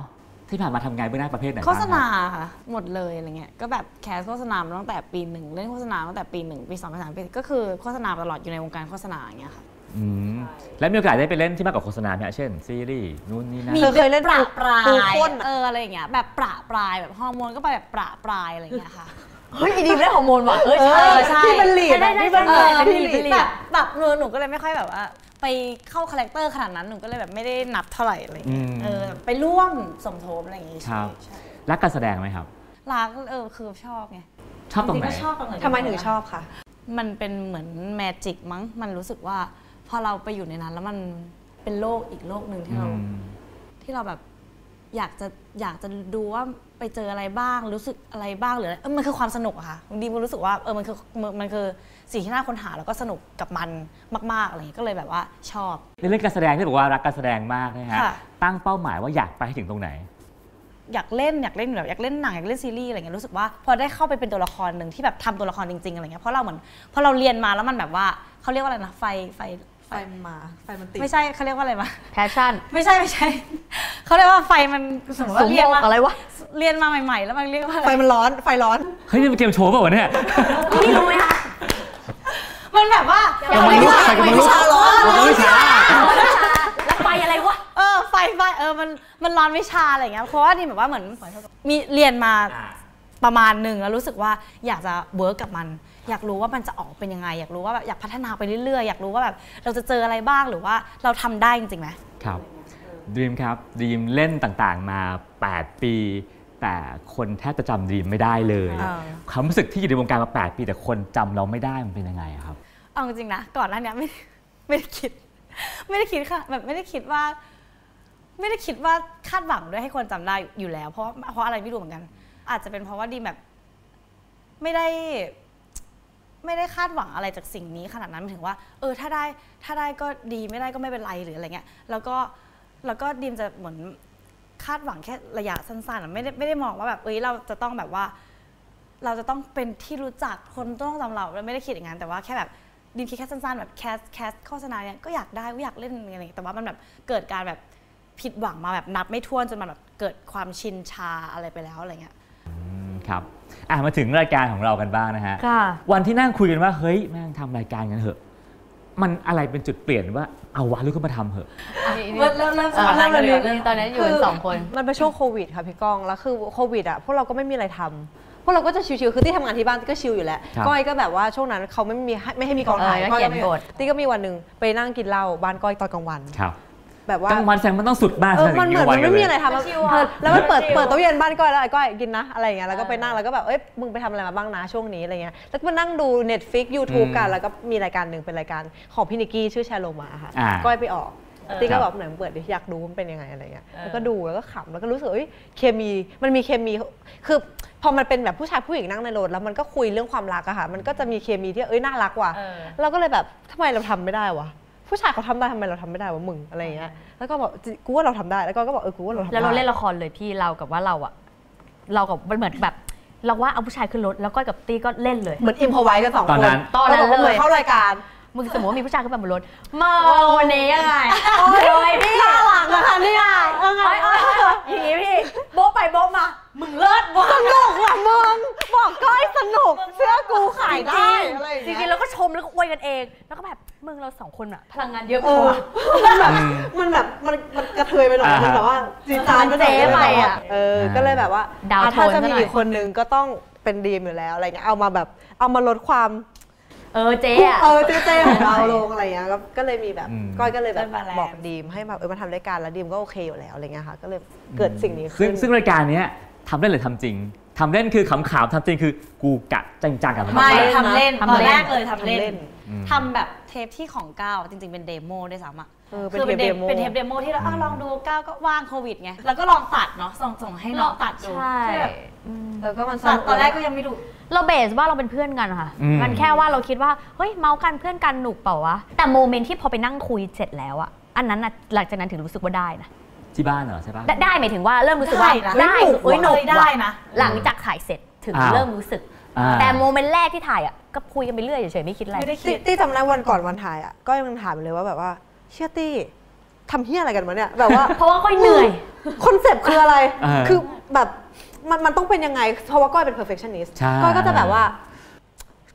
Speaker 3: ที่ผ่านมาทำงานเบื้องหน้าประเภทไหนบ้ง
Speaker 6: โฆ
Speaker 3: ครับ
Speaker 6: ษณาค่ะ หมดเลยอะไรเงี้ยก็แบบแคสโฆษณามาตั้งแต่ปีหนึ่งเล่นโฆษณามาตั้งแต่ปีหนึ่งปีสองปีสามปีก็คือโฆษณาตลอดอยู่ในวงการโฆษณาอย่างเงี้ยค่ะ
Speaker 3: อืมแล้วมีโอกาสได้ไปเล่นที่มากกว่าโฆษณาไหมฮะเช่น ซีรีส์นู่นนี่นั่น
Speaker 5: มี เคยเล่น
Speaker 6: ประปรา
Speaker 5: ปู
Speaker 6: ย
Speaker 5: ข้นอะ
Speaker 6: เอออะไรอย่างเงี้ยแบบประปรายแบบฮอร์โมนก็ไปแบบประปรายอะไรอย่างเงี้ยค่ะ
Speaker 4: เฮ้ยอีดีไม่ได้ฮอร์โมนว่ะเอ้ย
Speaker 6: ใช่ใช่
Speaker 5: ที่เป็นหลีด
Speaker 4: ได้
Speaker 5: อะ
Speaker 4: ได้
Speaker 5: ที่เป็น
Speaker 4: เออ
Speaker 5: แบบที่เป็นหลีด
Speaker 6: แบบแบบหนูหนูก็เลยไม่ค่อยแบบว่า ไปเข้าคาแรคเตอร์ขนาดนั้นหนูก็เลยแบบไม่ได้นับเท่าไหร่อะไรอย่าง
Speaker 3: อื
Speaker 6: เงี้ย
Speaker 3: ม
Speaker 6: เออไปร่วมสมทบอะไรอย่าง
Speaker 3: ค
Speaker 6: งี้
Speaker 3: รั
Speaker 6: ใช่
Speaker 3: บ
Speaker 6: ใช่
Speaker 3: รักการแสดงไหมครับ
Speaker 6: รักเออคือชอบไง
Speaker 3: ชอบตรงไหน
Speaker 6: จๆก็ชอบตรงไหน
Speaker 5: ทำไมถึงชอบค่ะ
Speaker 6: มันเป็นเหมือนแมจิกมั้ง มันรู้สึกว่าพอเราไปอยู่ในนั้นแล้วมันเป็นโลกอีกโลกหนึ่งที่เราที่เราแบบอยากจะอยากจะดูว่าไปเจออะไรบ้างรู้สึกอะไรบ้างหรืออะไรเออมันคือความสนุกอะค่ะดีมันรู้สึกว่าเออมันคือมันมันคือสิ่งที่น่าค้นหาแล้วก็สนุกกับมันมากๆอะไรอย่างเงี้ยก็เลยแบบว่าชอบ
Speaker 3: ในเรื่องการแสดงที่บอกว่ารักการแสดงมากนะฮะ
Speaker 6: ค่ะ
Speaker 3: ตั้งเป้าหมายว่าอยากไปให้ถึงตรงไหน
Speaker 6: อยากเล่นอยากเล่นแบบอยากเล่นหนังอยากเล่นซีรีส์อะไรเงี้ยรู้สึกว่าพอได้เข้าไปเป็นตัวละครหนึ่งที่แบบทำตัวละครจริงๆอะไรเงี้ยเพราะเราเหมือนพอเราเรียนมาแล้วมันแบบว่าเขาเรียกว่าอะไรนะไฟไฟ
Speaker 5: ไฟมันมา ไฟมันติด
Speaker 6: ไม่ใช่เขาเรียกว่าอะไรวะ [laughs]
Speaker 4: แพชชั่น
Speaker 6: ไม่ใช่ไม่ใช่ เขาเรียกว่าไฟมันสมมติ
Speaker 4: สู
Speaker 6: ว่างเรียน
Speaker 4: โม
Speaker 6: มาง
Speaker 4: อะไรวะ
Speaker 6: เรียนมาใหม่ ๆ แล้วมันเรียกว่าอะ
Speaker 5: ไฟ
Speaker 6: ไร
Speaker 5: มันร้อน ไฟร้อน
Speaker 3: เฮ้ย นี่เป็นเกมโชว์เปล่าวะเนี่ย
Speaker 6: มันแบบว่า
Speaker 4: ยังไม่รู้
Speaker 6: ไฟมันร้อน
Speaker 4: แล้วไปอะไรวะ
Speaker 6: เออไฟไฟเออมันมันร้อนวิชาอะไรอย่างเงี้ยเพราะว่านี่แบบว่าเหมือนมีเรียนมาประมาณหนึ่งแล้วรู้สึกว่าอยากจะเวิร์กกับมัน อยากรู้ว่ามันจะออกเป็นยังไง อยากรู้ว่าแบบอยากพัฒนาไปเรื่อยๆอยากรู้ว่าแบบเราจะเจออะไรบ้างหรือว่าเราทำได้จริงๆไหม
Speaker 3: ครับดีมครับดีมเล่นต่างๆมา 8 ปี แต่คนแทบจะจำดีมไม่ได้เลย
Speaker 6: อ่า
Speaker 3: ความรู้สึกที่อยู่ในวงการมา 8 ปี แต่คนจำเราไม่ได้มันเป็นยังไงอะครับ
Speaker 6: เอาจริงๆนะก่อนหน้าเนี้ย [laughs] ไม่ไม่ได้คิด ไม่ได้คิดค่ะ แบบไม่ได้คิดว่า ไม่ได้คิดว่าคาดหวังด้วยให้คนจำได้อยู่แล้ว เพราะเพราะอะไรไม่รู้เหมือนกัน อาจจะเป็นเพราะว่าดีมแบบ ไม่ได้ ไม่ได้คาดหวังอะไรจากสิ่งนี้ขนาดนั้นหมายถึงว่า เออถ้าได้ถ้าได้ก็ดีไม่ได้ก็ไม่เป็นไรหรืออะไรเงี้ยแล้วก็แล้วก็ดีมจะเหมือนคาดหวังแค่ระยะสั้นๆอะไม่ได้ไม่ได้มองว่าแบบเอ้ยเราจะต้องแบบว่า เราจะต้องเป็นที่รู้จักคนต้องจำเราไม่ได้คิดอย่างนั้นแต่ว่าแค่แบบดีมคิดแค่สั้นๆแบบแคสแคสโฆษณาเนี่ยก็อยากได้ก็อยากเล่นอะไรอย่างเงี้ยแต่ว่ามันแบบเกิดการแบบผิดหวังมาแบบนับไม่ถ้วนจนมันแบบเกิดความชินชาอะไรไปแล้วอะไรเงี้ย
Speaker 3: อืมครับอ่ะมาถึงรายการของเรากันบ้างนะฮะ
Speaker 4: ค่ะ
Speaker 3: วันที่นั่งคุยกันว่า เฮ้ยแม่งทำรายการกันเถอะ มันอะไรเป็นจุดเปลี่ยนว่าเอาวะลุกขึ้นมาทำเถอะ
Speaker 6: เริ่มเริ่มเริ่มจาก
Speaker 4: เออ
Speaker 6: เริ่มเลย
Speaker 4: เริ่มตอนนั้นอยู่กันสองคน
Speaker 5: มันเป็นช่วงโควิดค่ะพี่ก้อง แล้วคือโควิดอ่ะพวกเราก็ไม่มีอะไรทำพวกเราก็จะชิวๆคือที่ทำงานที่บ้านก็ชิวอยู่แล้ว
Speaker 3: ครับ
Speaker 5: ก้อยก็แบบว่าช่วงนั้นเขาไม่มีให้ไม่ให้มีกองถ่าย
Speaker 4: เออ
Speaker 5: ก้อยก็
Speaker 4: เขี
Speaker 5: ไม่
Speaker 4: ยนบท
Speaker 5: ตี้ก็มีวันหนึ่งไปนั่งกินเหล้าบ้านก้อยตอนกลางวัน
Speaker 3: ครับ
Speaker 5: แบบว่าก
Speaker 3: ลางวันแสงมันต้องสุดบ้าง
Speaker 5: เออมันเหมือนมันไม่มีอะไรทำ
Speaker 4: ชิวๆอะ
Speaker 5: แล้วมันเปิดเปิดโต๊ะเย็นบ้านก้อยแล้วไอ้ก้อยกินนะอะไรอย่างเงี้ยแล้วก็ไปนั่งแล้วก็แบบเอ้ยมึงไปทำอะไรมาบ้างนะช่วงนี้อะไรเงี้ยแล้วก็มานั่งดู Netflix YouTube กันแล้วก็มีรายการหนึ่งเป็นรายการของพี่นิกกี้ชื่อแชร์โลมาค่ะ
Speaker 3: อ่า
Speaker 5: ก้อยไปออก
Speaker 3: เออ
Speaker 5: ตี
Speaker 3: ครั
Speaker 5: ก็
Speaker 3: บ
Speaker 5: แบบไหนมึงเปิดดิอยากดูมันเป็นยังไงอะไรเงี้ยแล้วก็ดูแล้วก็ขำแล้วก็รู้สึกเอ้ยเคมีมันมีเคมีคือพอมันเป็นแบบผู้ชายผู้หญิงนั่งในรถแล้วมันก็คุยเรื่องความรักอะค่ะมันก็จะมีเคมีที่เอ้ยน่ารักว่ะเราก็เลยแบบทำไมเราทำไม่ได้วะผู้ชายเขาทำได้ทำไมเราทำไม่ได้วะมึงอะไรเงี้ยแล้วก็บอกจิกูว่าเราทำได้แล้วก็ก็บอกเออกูว่าเราทำได้
Speaker 4: แล้วเราเล่นละครเลยพี่เรากับว่าเราอะเรากับมันเหมือนแบบ เราว่าเอาผู้ชายขึ้นรถแล้วก้อยกับตี้ก็เล่นเลย
Speaker 5: เหมือนอิมพอไว้กันสองคน
Speaker 3: ตอนนั้น
Speaker 4: ตอนนั้น
Speaker 5: ราก็หมื
Speaker 4: เลย
Speaker 5: เข้ารายการ
Speaker 4: มึงสมมติว่ามีผู้ชายขึ้นมาบนรถมาวันนี้ยังไงโอ้ยพี่
Speaker 5: ข้าหลังนะคะเนี่ยเออไง
Speaker 4: โอ๊ยโอ๊ยโอ๊ยอย่างงี้พี่โบ๊ะไปโบ๊ะมา มึงเลิศว่ะ
Speaker 5: สนุกว่ะมึงบอกก้อยสนุกเสื้อกูขายได้อะไรอย่าง
Speaker 4: จ
Speaker 5: เงี้ย
Speaker 4: ริงๆแล้วก็ชมแล้วก็อวยกันเอง แล้วก็แบบมึงเราสองคนอะพลังงานเยอะก
Speaker 5: เออ
Speaker 4: ว่า
Speaker 5: มันแบบมันแบบมันมันกระเทยไปหน่อย
Speaker 3: อ่าฮะ
Speaker 5: มันแบบว่าจีจานหน่อย
Speaker 4: มันเจ๊ไปอ่ะ
Speaker 5: เออ ก็เลยแบบว่า
Speaker 4: ดาวน์
Speaker 5: อ่ะถ้าจะมี
Speaker 4: โทนซะหน่อย
Speaker 5: อีกคนนึงก็ต้องเป็นดีมอยู่แล้วอะไรเงี้ยเอามาแบบเอามาลดความ
Speaker 4: เออเจ๊อะ
Speaker 5: เออเจ๊ๆของเราลงอะไรเงี้ยก็ก็เลยมีแบบ
Speaker 3: อืม
Speaker 5: ก้อยก็เลยแบบ
Speaker 6: ได้บาลานซ์
Speaker 5: บอกดีมให้แบบเออมาทำรายการแล้วดีมก็โอเคอยู่แล้วอะไรเงี้ยค่ะ ก็เลยเกิดสิ่งนี้
Speaker 3: ซึ่
Speaker 5: ขึ้
Speaker 3: ง
Speaker 5: น
Speaker 3: ซึ่งรายการเนี้ยทำเล่นหรือทำจริงทำเล่นคือขำๆทำจริงคือกูกะจังจังๆกับมัน
Speaker 6: ไม่
Speaker 3: มาก
Speaker 6: ทำเล่น
Speaker 4: ทำเล่น
Speaker 6: ตอนแรกเลยทำเล่
Speaker 5: ทำเล่
Speaker 6: น
Speaker 5: น
Speaker 3: อืม
Speaker 6: ทำแบบเทปที่ของก้าวจริงๆเป็นเดโมด้วยซ้ำอ่ะ
Speaker 5: เออเป็น
Speaker 6: คื
Speaker 5: เทปเดโม
Speaker 6: เป็นเทปเดโมที่เราอ่ะลองดูก้าวก็ว่างโควิดไงแล้วก็ลองตัดเนาะส่งส่งให้น้องตัดดู
Speaker 4: ใช่
Speaker 6: คือแบบ
Speaker 5: เออก็มันส
Speaker 6: ตัด
Speaker 5: นุก
Speaker 6: ตอนแรกก็ยังไม่ดู
Speaker 4: เราเบสว่าเราเป็นเพื่อนกันอะค่ะ
Speaker 3: อืม
Speaker 4: มันแค่ว่าเราคิดว่าเฮ้ยเมาส์กันเพื่อนกันหนุกเปล่าวะแต่โมเมนต์ที่พอไปนั่งคุยเสร็จแล้วอะอันนั้นน่ะหลังจากนั้นถึงรู้สึกว่าได้นะ
Speaker 3: ที่บ้านเหรอใช่ปะ
Speaker 4: ได้ได้หมายถึงว่าเริ่มรู้สึกว่า
Speaker 6: ได้นะ
Speaker 4: ได้
Speaker 6: หนุก
Speaker 4: เอ้ยหนุก
Speaker 6: เคยได้นะ
Speaker 4: ว่หลังจากถ่ายเสร็จถึง
Speaker 3: อ่า
Speaker 4: เริ่มรู้สึก
Speaker 3: อ่า
Speaker 4: แต่โมเมนต์แรกที่ถ่ายอะก็คุยกันไปเรื่อยเฉยๆไม่คิดอะไร
Speaker 6: ไม่ได้คิ
Speaker 5: ตี้
Speaker 6: ด
Speaker 5: ตี้จำได้วันก่อนวันถ่ายอ่ะก็ยังถามเลยว่าแบบว่าเชื่อตี้ทำเฮี้ยอะไรกันวะเนี่ยแบบว่า
Speaker 4: เพราะว่าก้อยเหนื่อย
Speaker 5: คอนเซปต์คืออะไร
Speaker 3: เออ
Speaker 5: คือแบบมันมันต้องเป็นยังไง เพราะว่าก้อยเป็น perfectionist
Speaker 3: ใช่
Speaker 5: ก้อยก็จะแบบว่า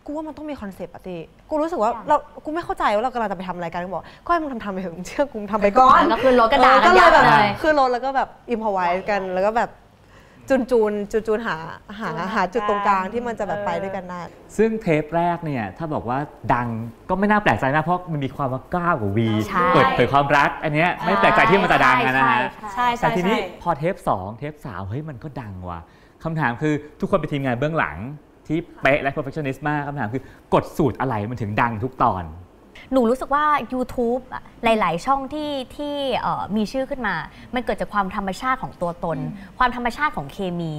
Speaker 5: กูว่ามันต้องมีคอนเซปต์อะตีกูรู้สึกว่าเรา กูไม่เข้าใจว่าเรากำลังจะไปทำอะไรกันก็บอก ก้อยมึงทำทำไปเถอะมึงเชื่อกูมึงทำไปก่อน
Speaker 4: แล้วก็คือรถกระดาษ
Speaker 5: เออก็เลย
Speaker 4: ยั
Speaker 5: แบบ
Speaker 4: บเลย
Speaker 5: คือรถแล้วก็แบบอิมพอไว้กัน แล้วก็แบบจูนจูนจูนจูนหาหาหาจุดตรงกลางที่มันจะแบบไปด้วยกันได้
Speaker 3: ซึ่งเทปแรกเนี่ยถ้าบอกว่าดังก็ไม่น่าแปลกใจนะเพราะมันมีความว่าก้าวกับวี
Speaker 4: ใช่
Speaker 3: เปิดเผยความรัก อันเนี้ยไม่แปลกใจที่มันจะดังอะนะฮะ
Speaker 4: ใช่ใช่ใช่
Speaker 6: ใช่
Speaker 3: แต่
Speaker 6: ใช่
Speaker 3: ทีนี้
Speaker 6: ใช่
Speaker 3: พอเทป 2 เทป 3 เฮ้ยมันก็ดังว่ะคำถามคือทุกคนเป็นทีมงานเบื้องหลังที่เป๊ะและ perfectionist มากคำถามคือกดสูตรอะไรมันถึงดังทุกตอน
Speaker 4: หนูรู้สึกว่า YouTube อะหลาย ๆ ช่องที่ที่เอ่อมีชื่อขึ้นมา มันเกิดจากความธรรมชาติของตัวตน ความธรรมชาติของเคมี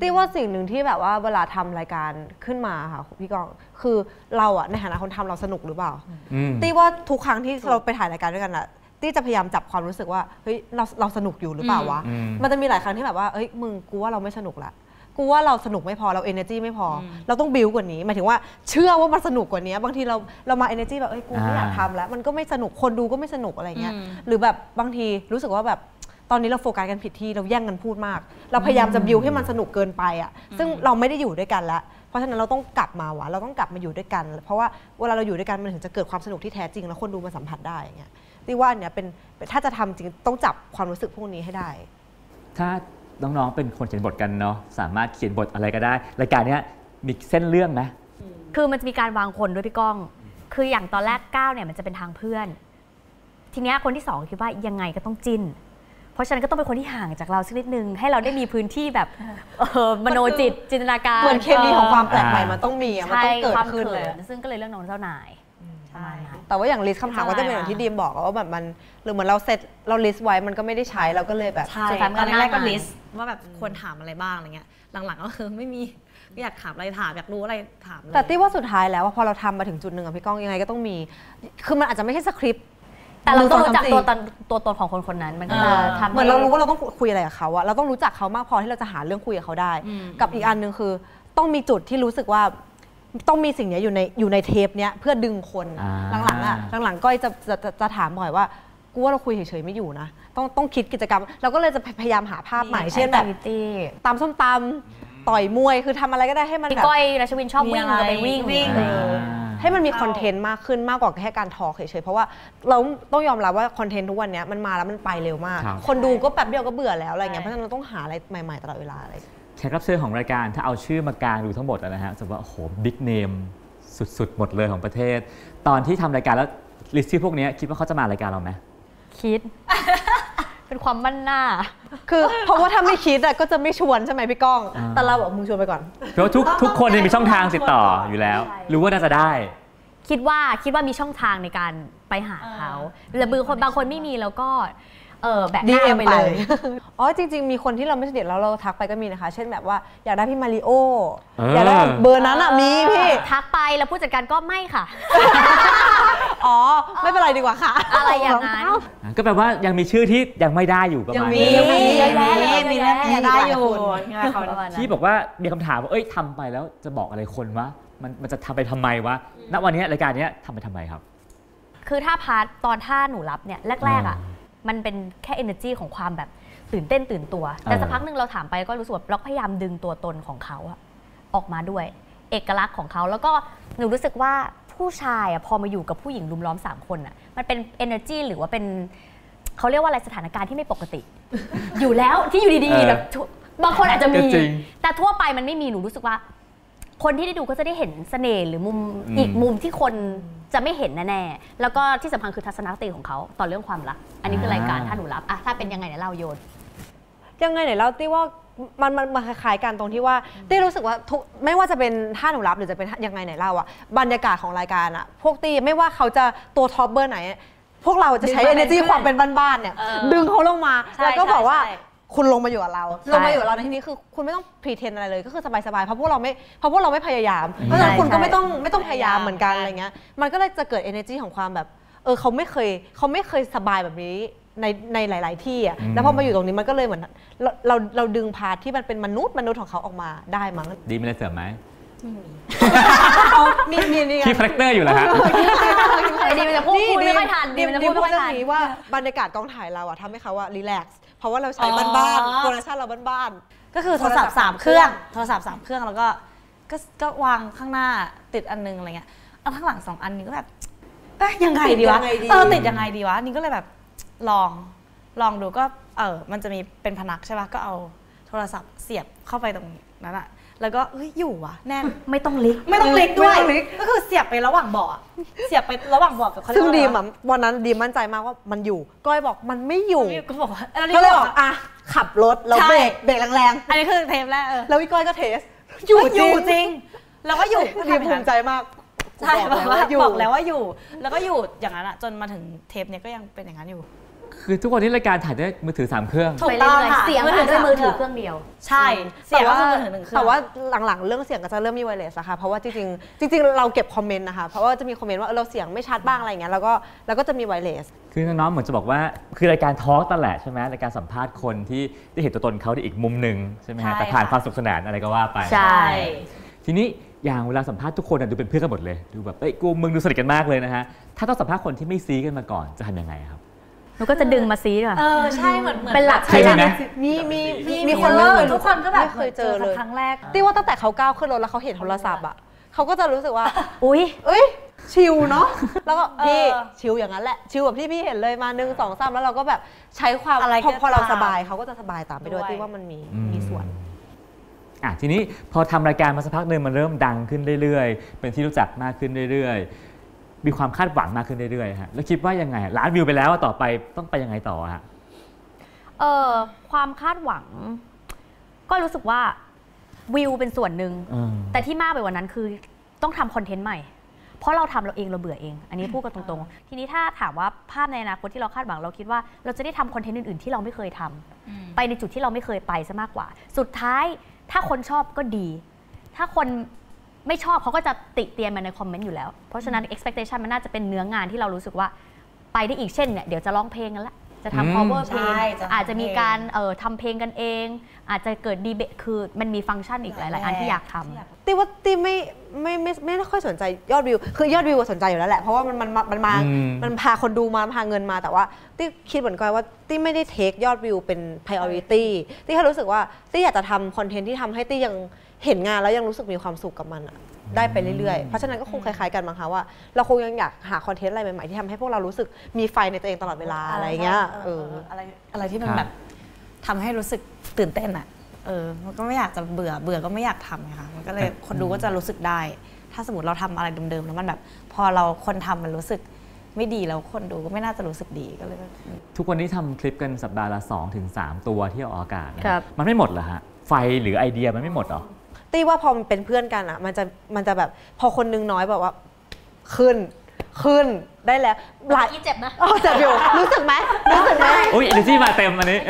Speaker 5: ตี้ว่าสิ่งหนึ่งที่แบบว่าเวลาทำรายการขึ้นมาค่ะพี่กอง คือเราอะในฐานะคนทำเราสนุกหรือเปล่า
Speaker 3: อืม
Speaker 5: ตี้ว่าทุกครั้งที่เราไปถ่ายรายการด้วยกันอะตี้จะพยายามจับความรู้สึกว่าเฮ้ยเราเราสนุกอยู่หรือเปล่าวะ
Speaker 3: อืม
Speaker 5: มันจะมีหลายครั้งที่แบบว่าเอ้ยมึงกูว่าเราไม่สนุกละกูว่าเราสนุกไม่พอเรา energy ไม่พออเราต้องบิวกว่านี้หมายถึงว่าเชื่อว่ามันสนุกกว่านี้ บางทีเราเรามา energy แบบเอ้ยกูไม่อยากทำแล้ว มันก็ไม่สนุกคนดูก็ไม่สนุกอะไรเงี้ย
Speaker 6: อืม
Speaker 5: หรือแบบบางทีรู้สึกว่าแบบตอนนี้เราโฟกัสกันผิดที่เราแย่งกันพูดมาก เราพยายามจะบิวให้มันสนุกเกินไปอะซึ่งเราไม่ได้อยู่ด้วยกันละเพราะฉะนั้นเราต้องกลับมาวะเราต้องกลับมาอยู่ด้วยกัน เพราะว่าเวลาเราอยู่ด้วยกันมันถึงจะเกิดความสนุกที่แท้จริง แล้วคนดูมาสัมผัสได้อย่างเงี้ยที่ว่าอันเนี้ยเป็นถ้าจะทำจริงต้องจับความรู้สึกพวกนี้ให้ได้
Speaker 3: ถ้าน้องๆเป็นคนเขียนบทกันเนาะสามารถเขียนบทอะไรก็ได้ รายการเนี้ยมีเส้นเรื่องไหม
Speaker 4: คือมันจะมีการวางคนด้วยพี่ก้อง คืออย่างตอนแรกก้าวเนี่ยมันจะเป็นทางเพื่อน ทีเนี้ยคนที่สองคิดว่ายังไงก็ต้องจิ้น เพราะฉะนั้นก็ต้องเป็นคนที่ห่างจากเราสักนิดนึง ให้เราได้มีพื้นที่
Speaker 5: [laughs]
Speaker 4: แบบเออมโนจิตจินตนาการ
Speaker 5: เหมือนเคมีของความแปลกใหม่
Speaker 3: อ่ามั
Speaker 5: มันต้องมีอะมัน
Speaker 4: ใช่
Speaker 5: ต้องเกิด
Speaker 4: ความ
Speaker 5: ขึ้น
Speaker 4: เขิ
Speaker 5: เลย
Speaker 4: นซึ่งก็เลยเรื่องน้องเจ้านายป
Speaker 6: ใช่
Speaker 4: ระมาณนั้น
Speaker 5: แต่ว่าอย่างลิสต์คำถามก็จะเป็นอย่างที่ดีมบอกอะว่าแบบมันหรือเหมือนเราเซตเราลิสต์ไว้มันก็ไม่ได้ใช้เราก็เลยแบบ
Speaker 6: ใช่
Speaker 4: สุดท้ายมันก็
Speaker 6: ตอนแรกๆ
Speaker 4: หน้า
Speaker 6: ก็
Speaker 4: งาน
Speaker 6: ลิสต์ว่าแบบควรถามอะไรบ้างอะไรเงี้ย หลังๆก็ [laughs] คือไม่มีอยากถามอะไรถามอยากรู้อะไรถามเลย
Speaker 5: แต่ตี้ว่าสุดท้ายแล้วอะพอเราทำมาถึงจุดหนึ่งอะพี่ก้องยังไงก็ต้องมี คือมันอาจจะไม่ใช่สคริปต์
Speaker 4: แต่เราต้องรู้จัก
Speaker 5: หนึ่งสองสามสี่
Speaker 4: ตัวตนตัวตนของคนคนนั้นมันก็จะทำ
Speaker 5: เหมือนเรา
Speaker 4: ให้
Speaker 5: รู้ว่าเราต้องคุยอะไรกับเขาอะเราต้องรู้จักเขามากพอที่เราจะหาเรื่องคุยกับเขาได้
Speaker 6: อืม
Speaker 5: กับอีกอันหนึ่งคือ ต้องมีจุดที่รู้สึกว่าต้องมีสิ่งเนี้ยอยู่ในอยู่ในเทปเนี้ยเพื่อดึงคน
Speaker 3: อ่า
Speaker 5: หลังๆอะหลังๆก้อยจะจะจะจะถามบ่อยว่ากูว่าเราคุยเฉยๆไม่อยู่นะต้องต้องคิดกิจกรรม เราก็เลยจะพยายามหาภาพใหม่เช่นแบบ
Speaker 4: activity
Speaker 5: ตำส้มตำต่อยมวยคือทำอะไรก็ได้ให้มัน
Speaker 4: พี่
Speaker 5: แบบ
Speaker 4: ก้อยรัชวินชอบวิ่ง
Speaker 6: มีอะไร
Speaker 4: เราไปวิ่ง
Speaker 6: วิ่ง
Speaker 4: อะไรอย่างเงี้ย
Speaker 5: ให้มันมีคอนเทนต์มากขึ้นมากกว่าแค่การทอล์กเฉยๆ เพราะว่าเราต้องยอมรับว่าคอนเทนต์ทุกวันเนี้ยมันมาแล้วมันไปเร็วมาก
Speaker 3: ครับ
Speaker 5: คนดูก็แป๊บเดียวก็เบื่อแล้วอะไรเงี้ย เพราะฉะนั้นเราต้องหาอะไรใหม่ๆตลอดเวลาอะไร
Speaker 3: แขกรับเชิญของรายการถ้าเอาชื่อมากลางดูทั้งหมดอะนะฮะสมมติว่าโอ้โหบิ๊กเนมสุดๆ หมดเลยของประเทศ ตอนที่ทำรายการแล้วลิสต์ที่พวกเนี้ยคิดว่าเขาจะมารายการเราไหม
Speaker 4: คิด เป็นความมั่นหน้า
Speaker 5: คือ เพราะว่าถ้าไม่คิดอะก็จะไม่ชวนใช่ไหมพี่ก้อง
Speaker 3: อ่า
Speaker 5: แต่เราบอกมึงชวนไปก่อน
Speaker 3: เพราะว่าทุกทุกคนเนี่ยมีช่องทางติดต่ออยู่แล้ว รู้ว่าน่าจะได้
Speaker 4: คิดว่าคิดว่ามีช่องทางในการไปหาเขาแต่บางคนบางคนไม่มีแล้วก็เออแบกหน้า
Speaker 5: DM
Speaker 4: ไปเลย
Speaker 5: อ๋อจริง ๆ มีคนที่เราไม่สนิทแล้วเราทักไปก็มีนะคะ เช่นแบบว่าอยากได้พี่มาริโอ
Speaker 3: เอออ
Speaker 5: อยากได้เบอร์นั้นอะมีพี่
Speaker 4: ทักไปแล้วผู้จัดการก็ไม่ค่ะ
Speaker 5: อ๋อไม่เป็นไรดีกว่าค่ะ
Speaker 4: อะไรอย่างนั้น
Speaker 3: อ่ะก็แปลว่ายังมีชื่อที่ยังไม่ได้อยู่ประมาณนี้
Speaker 4: ยังมีเยอะแยะเลย
Speaker 6: มีเรื่อง
Speaker 4: เยอะแยะ
Speaker 6: ได้อยู่งานเขา
Speaker 4: ประมาณนั้น
Speaker 3: ที่บอกว่ามีคำถามว่า เอ้ยทำไปแล้วจะบอกอะไรคนวะ มันมันจะทำไปทำไมวะ ณ วันเนี้ยรายการเนี้ยทำไปทำไมครับ
Speaker 4: คือถ้าพาร์ทตอนท่าหนูรับเนี่ยแรก ๆ อ่ะ มันเป็นแค่ energy ของความแบบตื่นเต้นตื่นตัว แต่สักพักหนึ่งเราถามไปก็รู้สึกว่าเราพยายามดึงตัวตนของเขาอะออกมาด้วย เอกลักษณ์ของเขาแล้วก็หนูรู้สึกว่าผู้ชายอะพอมาอยู่กับผู้หญิงรุมล้อมสามคนอะมันเป็น energy หรือว่าเป็นเขาเรียกว่าอะไรสถานการณ์ที่ไม่ปกติ อยู่แล้วที่อยู่ดี
Speaker 3: เอ
Speaker 4: ๆ
Speaker 3: อ
Speaker 4: แบบทุบางคนอาจจะมี
Speaker 3: ก็จริง
Speaker 4: แต่ทั่วไปมันไม่มีหนูรู้สึกว่า คนที่ได้ดูก็จะได้เห็นเสน่ห์หรือมุม
Speaker 3: อืม
Speaker 4: อีกมุมที่คนจะไม่เห็นแน่ๆ แล้วก็ที่สำคัญคือทัศนคติของเขาต่อเรื่องความรัก อันนี้คือรายการถ้าหนูรับอะถ้าเป็นยังไงเนี่ยเล่าโยน
Speaker 5: ยังไงไหนเล่าตี้ว่ามันมันมันคล้ายๆกันตรงที่ว่าตี้รู้สึกว่าทุกไม่ว่าจะเป็นท่าหนูรับหรือจะเป็นยังไงไหนเล่าอะบรรยากาศของรายการอะพวกตี้ไม่ว่าเขาจะตัวท็อปเบอร์ไหน พวกเราจะใช้
Speaker 6: ดึงมาเป็น
Speaker 5: energy
Speaker 6: เพื่อน
Speaker 5: ความเป็นบ้านๆเนี่ย
Speaker 6: เออ
Speaker 5: ดึงเขาลงมา
Speaker 6: ใช่
Speaker 5: แล้วก็บอกว่า
Speaker 6: ใช่ใช่
Speaker 5: คุณลงมาอยู่กับเรา ลงมาอยู่กับเราในที่นี้คือคุณไม่ต้องพรีเทนอะไรเลยก็คือสบายๆเพราะพวกเราไม่เพราะพวกเราไม่พยายามเพราะฉะนั้นคุณ
Speaker 4: ใช่
Speaker 5: ก็ไม่ต้องไม่ต้องพยายามเหมือนกันอะไรเงี้ยมันก็เลยจะเกิด energy ของความแบบเออเขาไม่เคยเขาไม่เคยสบายแบบนี้ในในหลาย ๆ ที่อะ
Speaker 3: อืม
Speaker 5: แล้วพอมาอยู่ อยู่ตรงนี้มันก็เลยเหมือนเราเราเราดึงพาร์ทที่มันเป็นมนุษย์มนุษย์ของเขาออกมาได้มั้ [laughs] ง
Speaker 3: ดีมีอะไรเสริมไหม
Speaker 5: มีมีมี
Speaker 3: คีฟแฟกเตอร์อยู่แล้วฮะ
Speaker 4: ไอ้ดีมันจะพูดพูดไม่ค่อยทันดี
Speaker 5: ดี
Speaker 4: มัจะพู
Speaker 5: มัน นจะ
Speaker 4: ด
Speaker 5: พูด
Speaker 4: ไม่ค่อย
Speaker 5: เรื่อ
Speaker 4: ทั
Speaker 5: ง
Speaker 4: น
Speaker 5: นี้ว่าบรรยากาศกองถ่ายเราอะทำให้เขาว่ารีแลกซ์เพราะว่าเราใช้
Speaker 6: อ๋อ
Speaker 5: บ้านๆโปรดักชันเราบ้าน
Speaker 6: ก็คือโทรศัพท์สามเครื่อง โทรศัพท์สามเครื่องแล้วก็ก็ก็วางข้างหน้าติดอันนึงอะไรเงี้ยเอาข้างหลังสองอันนี้ก็แบบเอ๊ะยังไงดีวะเออติดยังไงดีวะนี่ก็เลยแบบลองลองดูก็เออมันจะมีเป็นพนักใช่ปะก็เอาโทรศัพท์เสียบเข้าไปตรงนั้นอะแล้วก็เฮ้ยอยู่วะแน่น
Speaker 4: ไม่ต้องลิก
Speaker 6: ไม่ต้องลิกด้วยก็คือเสียบไประหว่างเบาะเสียบไประหว่างเบาะกับ
Speaker 5: ๆ
Speaker 6: เขาเรีย
Speaker 5: ซึ่ง
Speaker 6: กว่า
Speaker 5: ดีม
Speaker 6: อะไรวะ
Speaker 5: อะวันนั้นดีมมั่นใจมากว่ามันอยู่ ก้อยบอกมันไม่อยู่
Speaker 6: ก็บอกว่าเรา
Speaker 5: ก็
Speaker 6: ก็
Speaker 5: เล
Speaker 6: เลย ย
Speaker 5: บบ อ
Speaker 6: อก ก
Speaker 5: อ่ะขับรถแล้ว
Speaker 6: ใช่
Speaker 5: เบรกเบรกแรง
Speaker 6: อันนี้คือเทปแรกเออ
Speaker 5: ๆ แล้วพี่ก้อยก็เทส อยู่จ
Speaker 6: อ
Speaker 5: ริ
Speaker 6: ยู่
Speaker 5: ง
Speaker 6: จริง แล้วก็อยู่
Speaker 5: ดีมภูมิใจมาก
Speaker 6: ใช่บอกว่า
Speaker 5: ยู่
Speaker 6: บอกแล้วว่าอยู่ แล้วก็อยู่อย่างนั้นอะจนมาถึงเทปเนี้ยก็ยังเป็นอย่างนั้นอยู่
Speaker 3: คือทุกวันนี้รายการถ่ายด้วยมือถือ 3 เครื่อง
Speaker 6: ถูก
Speaker 4: ไป
Speaker 6: ต้
Speaker 4: เรื่อย
Speaker 6: องค่ะ
Speaker 4: ๆเสียง
Speaker 6: มือถื
Speaker 4: ผ่าด้วย
Speaker 6: อน
Speaker 4: มือถือ
Speaker 6: สามเค
Speaker 4: เค
Speaker 6: รื่
Speaker 4: รื่อ
Speaker 6: อ
Speaker 4: ง งเดียว
Speaker 6: ใช่เสี
Speaker 5: แต่
Speaker 6: ยงก็
Speaker 5: ว่า
Speaker 6: คือมาถึงหนึ่งเครื่อง
Speaker 5: แต่ว่าหลังๆ เรื่องเสียงก็จะเริ่มมีไวเลสอะค่ะเพราะว่าจริงๆจริง ๆ เราเก็บคอมเมนต์นะคะเพราะว่าจะมีคอมเมนต์ว่าเออเราเสียงไม่ชัดบ้างอะไรอย่างเงี้ยแล้วก็แล้วก็จะมีไวเลส
Speaker 3: คือน้องๆเหมือนจะบอกว่าคือรายการทอล์กนั่นแหละใช่ไหมรายการสัมภาษณ์คนที่ได้เห็นตัวตนเขาในอีกมุมหนึ่งใช่ไหมฮะ
Speaker 6: ใช่
Speaker 3: แต่ผ่าน
Speaker 6: ค่ะ
Speaker 3: ความสนุกสนานอะไรก็ว่าไป
Speaker 4: ใช่
Speaker 6: ใช่
Speaker 3: ทีนี้อย่างเวลาสัมภาษณ์ทุกคนอะดูเป็นเพื่อนกันหมดเลยดูแบบเอ้ยกูมึงดูสนิทกันมากเลยนะฮะถ้าต้องสัมภาษณ์คนที่ไม่ซีกันมาก่อนจะทำยังไงครับ
Speaker 4: หนูก็จะดึงมาซีด้วย
Speaker 6: เออใช่เหมือนเหมือน
Speaker 4: เป็นหลัก
Speaker 3: ใครเลยนะ
Speaker 5: มีมีมี
Speaker 6: มี
Speaker 5: มี
Speaker 6: ค
Speaker 5: คน น
Speaker 6: เลิ
Speaker 5: เลิ
Speaker 6: ก
Speaker 5: ก
Speaker 6: ทุกคนก็แบบ
Speaker 5: ไม่เคยเจอเลย
Speaker 6: ครั้งแรก
Speaker 5: ที่ว่าตั้งแต่เขาก้าวขึ้นรถแล้วเขาเห็นโทรศัพท์อะเขาก็จะรู้สึกว่า [laughs]
Speaker 4: อุ้ย
Speaker 5: เอ้ยชิลเนาะแล้วก็
Speaker 6: เออ
Speaker 5: พี่ชิลอย่างนั้นแหละชิลแบบที่พี่เห็นเลยมาหนึ่งสองสามแล้วเราก็แบบใช้ความ
Speaker 6: อะไร
Speaker 5: พอ
Speaker 6: ก็
Speaker 5: พอเรา
Speaker 6: ตาม
Speaker 5: สบายเขาก็จะสบายตามไปด้วย
Speaker 6: ด้วย
Speaker 5: ที่ว่ามันมี
Speaker 3: อื
Speaker 5: มีส่วน
Speaker 3: อ่ะทีนี้พอทำรายการมาสักพักหนึ่งมันเริ่มดังขึ้นเรื่อยๆ เป็นที่รู้จักมากขึ้นเรื่อยๆ มีความคาดหวังมากขึ้นเรื่อยๆฮะแล้วคิดว่ายังไงล้านวิวไปแล้วอะต่อไปต้องไปยังไงต่อฮะ
Speaker 4: เออความคาดหวัง ก็รู้สึกว่าวิวเป็นส่วนหนึ่ง แต่ที่มากไปกว่านั้นคือต้องทำคอนเทนต์ใหม่ เพราะเราทำเราเองเราเบื่อเอง อันนี้พูดกันตรงๆ ทีนี้ถ้าถามว่าภาพในอนาคตที่เราคาดหวังเราคิดว่าเราจะได้ทำคอนเทนต์อื่นๆที่เราไม่เคยทำไปในจุดที่เราไม่เคยไปซะมากกว่า สุดท้ายถ้าคนชอบก็ดี ถ้าคนไม่ชอบเขาก็จะติเตียนมาในคอมเมนต์อยู่แล้ว เพราะฉะนั้น expectation มันน่าจะเป็นเนื้องานที่เรารู้สึกว่า ไปได้อีกเช่นเนี่ยเดี๋ยวจะร้องเพลงกันละจะ
Speaker 3: อืม
Speaker 4: ทำ cover เพลง
Speaker 6: ใช่จะทำ
Speaker 4: อาจจะมีการเอ่อทำเพลงกันเอง อาจจะเกิดดีเบตคือมันมีฟังก์ชันอีกหลาย ๆ อันที่อยากทำ
Speaker 6: ที่อยาก
Speaker 5: ตีว่าตีไม่ไม่ไม่ไม่ไม่ค่อยสนใจยอดวิว คือยอดวิวอะสนใจอยู่แล้วแหละเพราะว่ามันมันมันมา
Speaker 3: อืม
Speaker 5: มันพาคนดูมาพาเงินมาแต่ว่าตีคิดเหมือนกันว่าตีไม่ได้เทคยอดวิวเป็น priority ตีแค่รู้สึกว่าตีอยากจะทำคอนเทนต์ที่ทำให้ตียังเห็นงานแล้วยังรู้สึกมีความสุขกับมันอะได้ไปเรื่อยๆ เพราะฉะนั้นก็คงคล้ายๆกันมั้งคะว่า เราคงยังอยากหาคอนเทนต์อะไรใหม่ๆที่ทำให้พวกเรารู้สึกมีไฟในตัวเองตลอดเวลาอะไรเงี้ยเออ
Speaker 6: อะไรอะไรที่มั
Speaker 3: ค
Speaker 6: น
Speaker 3: รับ
Speaker 6: แบบทำให้รู้สึกตื่นเต้นอ่ะ เออ มันก็ไม่อยากจะเบื่อเบื่อก็ไม่อยากทำไงคะมันก็เลยคนดูก็จะรู้สึกได้ ถ้าสมมติเราทำอะไรเดิมๆแล้วมันแบบ พอเราคนทำมันรู้สึกไม่ดีแล้วคนดูก็ไม่น่าจะรู้สึกดีก็เลยแบบ
Speaker 3: ทุกวันนี้ทำคลิปกันสัปดาห์ละ2ถึง3ตัวที่ออกอากาศนะครับ มันไม่หมดเหรอฮะ ไฟหรือไอเดียมันไม่หมดเหรอ
Speaker 5: ตี้ว่าพอมันเป็นเพื่อนกันอะมันจะมันจะแบบพอคนนึงน้อยแบบว่า ขึ้น ขึ้นได้แล้วหลาย
Speaker 4: ที่เจ็บนะ
Speaker 5: เออเจ็บอยู่ รู้สึกไหมรู้สึกไหม
Speaker 3: อุ้ยเอเนจีมาเต็มอันนี้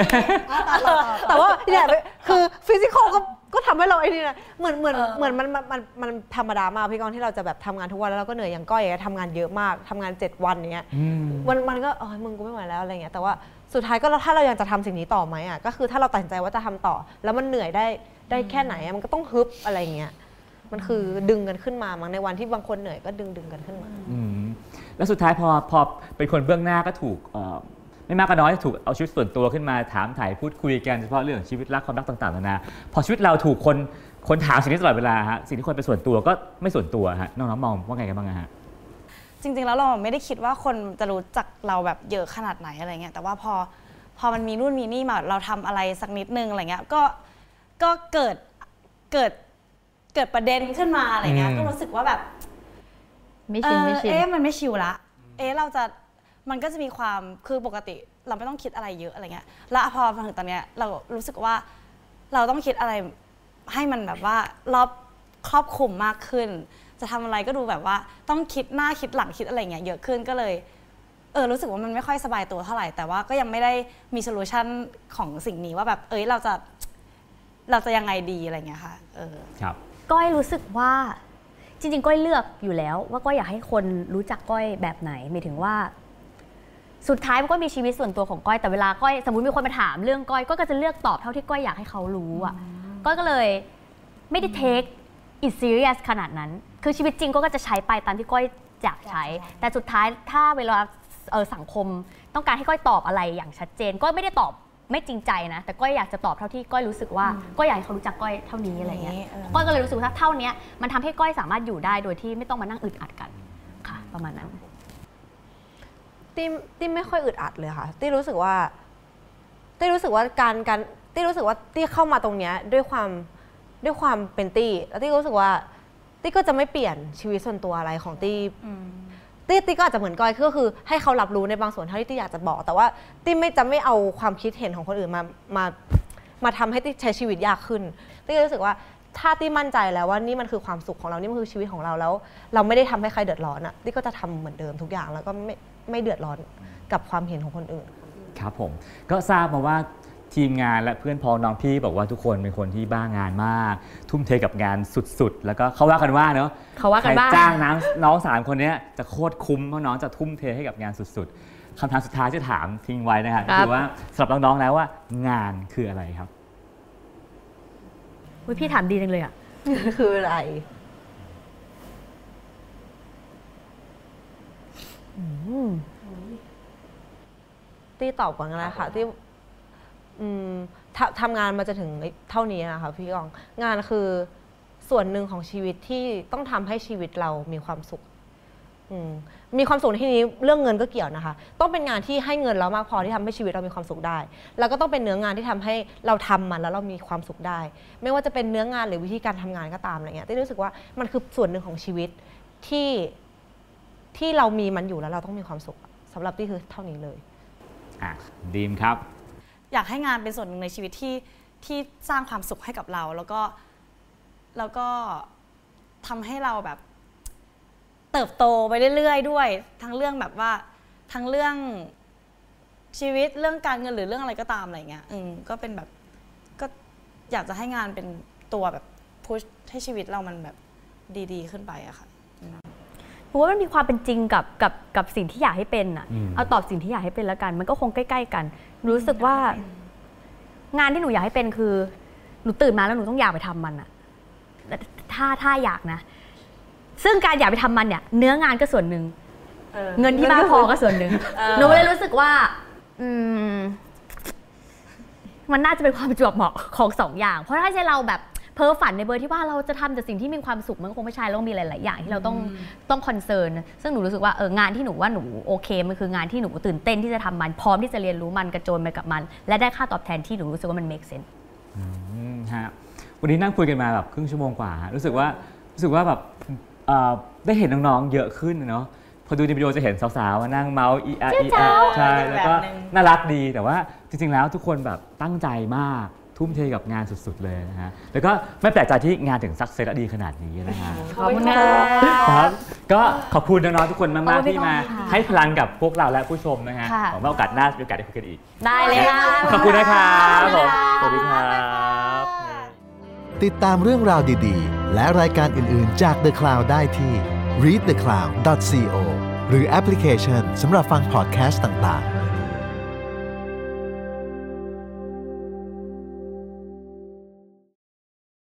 Speaker 5: แต่ว่าเนี่ยคือฟิสิกอลก็ก็ทำให้เราไอ้นี่นะเหมือนเหมือนเหมือนมันมันมันมันธรรมดามากพี่กองที่เราจะแบบทำงานทุกวันแล้วเราก็เหนื่อยอย่างก้อยอย่างเงี้ยทำงานเยอะมากทำงาน 7 วันอย่างเงี้ย มันมันก็เอยมึงกูไม่ไหวแล้วอะไรเงี้ยแต่ว่าสุดท้ายก็เราถ้าเรายังจะทำสิ่งนี้ต่อไหมอ่ะก็คือถ้าเราตัดสินใจว่าจะทำต่อ แล้วมันเหนื่อยได้ได้แค่ไหนอะมันก็ต้องฮึบอะไรเงี้ยมันคือดึงกันขึ้นมามั้งในวันที่บางคนเหนื่อยก็ดึงดึงกันขึ้นมา
Speaker 3: อืมแล้วสุดท้ายพอพอเป็นคนเบื้องหน้าก็ถูกเอ่อไม่มากก็น้อยถูกเอาชีวิตส่วนตัวขึ้นมาถามถ่ายพูดคุยกันเฉพาะเรื่องชีวิตรักความรักต่างๆนานาพอชีวิตเราถูกคนคนถามสิ่งนี้ตลอดเวลาฮะสิ่งที่ควรเป็นส่วนตัวก็ไม่ส่วนตัวฮะน้องๆมองว่าไงกันบ้างอะฮะ
Speaker 6: จริง ๆ แล้วเราไม่ได้คิดว่าคนจะรู้จักเราแบบเยอะขนาดไหนอะไรเงี้ยแต่ว่าพอพอมันมีนู่นมีนี่มาเราทำอะไรสักนิดนึงอะไรเงี้ยก็ก็เกิดเกิดเกิดประเด็นขึ้นมาอะไรเงี้ย
Speaker 3: อืม
Speaker 6: ก็รู้สึกว่าแบบ
Speaker 4: ไม่ชิน ไม่ชิน
Speaker 6: เออเอ๊ะมันไม่ชิวละ เอ๊ะเราจะ มันก็จะมีความ คือปกติเราไม่ต้องคิดอะไรเยอะอะไรเงี้ย แล้วพอมาถึงตอนเนี้ยเรารู้สึกว่าเราต้องคิดอะไรให้มันแบบว่ารอบครอบคลุมมากขึ้น จะทำอะไรก็ดูแบบว่าต้องคิดหน้าคิดหลังคิดอะไรเงี้ยเยอะขึ้นก็เลย เออรู้สึกว่ามันไม่ค่อยสบายตัวเท่าไหร่ แต่ว่าก็ยังไม่ได้มีโซลูชันของสิ่งนี้ว่าแบบ เอ้ยเราจะเราจะยังไงดีอะไรเงี้ยค่ะ เออ
Speaker 3: ครับ
Speaker 4: ก้อยรู้สึกว่าจริง ๆ ก้อยเลือกอยู่แล้ว ว่าก้อยอยากให้คนรู้จักก้อยแบบไหนหมายถึงว่า สุดท้ายมันก็มีชีวิตส่วนตัวของก้อยแต่เวลาก้อยสมมติมีคนมาถามเรื่องก้อยก้อยก็จะเลือกตอบเท่าที่ก้อยอยากให้เขารู้อ่ะก้อยก็เลยไม่ได้ take it serious ขนาดนั้น คือชีวิตจริงก้อยก็จะใช้ไปตามที่ก้อยอยากใช้ แต่สุดท้ายถ้าเวลาเอ่อสังคมต้องการให้ก้อยตอบอะไรอย่างชัดเจนก้อยไม่ได้ตอบไม่จริงใจนะ แต่ก้อยอยากจะตอบเท่าที่ก้อยรู้สึกว่าก้อยอยากให้เขารู้จักก้อยเท่านี้อะไรเงี้ย
Speaker 6: นี่เออ
Speaker 4: ก้อยก็เลยรู้สึกว่าเท่าเนี้ยมันทำให้ก้อยสามารถอยู่ได้โดยที่ไม่ต้องมานั่งอึดอัดกันค่ะ ประมาณนั้น
Speaker 5: ตี้ตี้ไม่ค่อยอึดอัดเลยค่ะ ตี้รู้สึกว่า ตี้รู้สึกว่าการการตี้รู้สึกว่าตี้เข้ามาตรงเนี้ยด้วยความด้วยความเป็นตี้แล้วตี้ก็รู้สึกว่า ตี้ก็จะไม่เปลี่ยนชีวิตส่วนตัวอะไรของตี้ตี้ตี้ก็อาจจะเหมือนก้อยก็คือให้เขารับรู้ในบางส่วนเท่าที่ตี้อยากจะบอก แต่ว่าตี้ไม่จะไม่เอาความคิดเห็นของคนอื่นมามามาทำให้ตี้ใช้ชีวิตยากขึ้น ตี้ก็รู้สึกว่าถ้าตี้มั่นใจแล้วว่านี่มันคือความสุขของเรานี่มันคือชีวิตของเราแล้ว เราไม่ได้ทำให้ใครเดือดร้อนอ่ะตี้ก็จะทำเหมือนเดิมทุกอย่างแล้วก็ไม่ไม่เดือดร้อนกับความเห็นของคนอื่น
Speaker 3: ครับผมก็ทราบมาว่าทีมงานและเพื่อนพ้องน้องพี่บอกว่าทุกคนเป็นคนที่บ้างานมาก ทุ่มเทกับงานสุดๆ แล้วก็เขาว่ากันว่าเนอะ
Speaker 4: เขาว่ากันว่า
Speaker 3: ใครจ้างน้องน้องสามคนเนี้ยจะโคตรคุ้มเพราะน้องจะทุ่มเทให้กับงานสุดๆคำถามสุดท้ายที่ถามทิ้งไว้นะฮะคือว่าสำหรับน้องๆแล้วว่างานคืออะไรครับ
Speaker 4: อุ๊ยพี่ถามดีจังเลยอ่ะ
Speaker 5: [laughs] คืออะไร ตี้ตอบก่อนกันนะคะที่อืมทำทำงานมาจะถึงเท่านี้นะคะพี่กอง งานคือส่วนหนึ่งของชีวิตที่ต้องทำให้ชีวิตเรามีความสุข อืมมีความสุขในที่นี้เรื่องเงินก็เกี่ยวนะคะ ต้องเป็นงานที่ให้เงินเรามากพอที่ทำให้ชีวิตเรามีความสุขได้ แล้วก็ต้องเป็นเนื้องานที่ทำให้เราทำมันแล้วเรามีความสุขได้ ไม่ว่าจะเป็นเนื้องานหรือวิธีการทำงานก็ตามอะไรเงี้ยที่รู้สึกว่ามันคือส่วนหนึ่งของชีวิตที่ที่เรามีมันอยู่แล้วเราต้องมีความสุขสำหรับที่คือเท่านี้เลย
Speaker 3: อ่ะดีมครับ
Speaker 6: อยากให้งานเป็นส่วนหนึ่งในชีวิตที่ที่สร้างความสุขให้กับเรา แล้วก็แล้วก็ทำให้เราแบบ เติบโตไปเรื่อยๆด้วย ทั้งเรื่องแบบว่าทั้งเรื่องชีวิตเรื่องการเงินหรือเรื่องอะไรก็ตามอะไรเงี้ยอืมก็เป็นแบบก็อยากจะให้งานเป็นตัวแบบพุชให้ชีวิตเรามันแบบดีๆ ขึ้นไปอะค่ะ
Speaker 4: เพราะว่ามันมีความเป็นจริงกับกับกับสิ่งที่อยากให้เป็นอ่ะ
Speaker 3: อืม
Speaker 4: เอาตอบสิ่งที่อยากให้เป็นแล้วกัน มันก็คงใกล้ ๆ กัน รู้สึกว่างานที่หนูอยากให้เป็นคือหนูตื่นมาแล้วหนูต้องอยากไปทำมันอ่ะแต่ถ้าถ้าอยากนะ ซึ่งการอยากไปทำมันเนี่ย เนื้องานก็ส่วนหนึ่ง เงินที่บ้านพอก็ส่วนหนึ่งหนูเลยรู้สึกว่า อืม มันน่าจะเป็นความประจวบเหมาะของสองอย่าง เพราะถ้าใช่เราแบบเพ้อฝันในเบอร์ที่ว่าเราจะทำแต่สิ่งที่มีความสุขมันก็คงไม่ใช่เรามีหลาย ๆ อย่างที่เราต้องต้องคอนเซิร์นซึ่งหนูรู้สึกว่าเอองานที่หนูว่าหนูโอเคมันคืองานที่หนูตื่นเต้นที่จะทำมันพร้อมที่จะเรียนรู้มันกระโจนไปกับมัน และได้ค่าตอบแทนที่หนูรู้สึกว่ามัน make sense
Speaker 3: อืมฮะวันนี้นั่งคุยกันมาแบบครึ่งชั่วโมงกว่า รู้สึกว่ารู้สึกว่าแบบเอ่อได้เห็นน้องๆเยอะขึ้นเนาะพอดูในวิดีโอจะเห็นสาวๆมานั่งเมาส์อีอาอีอาใช่แล้วก็
Speaker 6: แบบหนึ่ง
Speaker 3: น่ารักดีแต่ว่าจริงๆแล้วทุกคนแบบตั้งใจมากทุ่มเทกับงานสุดๆเลยนะฮะแล้วก็ไม่แปลกใจที่งานถึงซักเซสดีขนาดนี้นะฮะ
Speaker 4: ขอบคุณค่ะ
Speaker 3: ครับก็ขอบคุณน้องๆทุกคนมากๆที่มา
Speaker 4: ขอบคุณค่ะ
Speaker 3: ให้พลังกับพวกเราและผู้ชมนะฮะ
Speaker 6: ค่ะ
Speaker 3: หวังว่าโอกาสหน้าจะมีโอกาสได้คุยกันอีก
Speaker 4: ได้เลยค่ะ
Speaker 3: ขอบคุณนะครับผมสวัสดีครับ
Speaker 1: ติดตามเรื่องราวดีๆ และรายการอื่น ๆ จาก The Cloud ได้ที่ readthecloud.co หรือแอปพลิเคชันสำหรับฟังพอดแคสต์ต่างๆ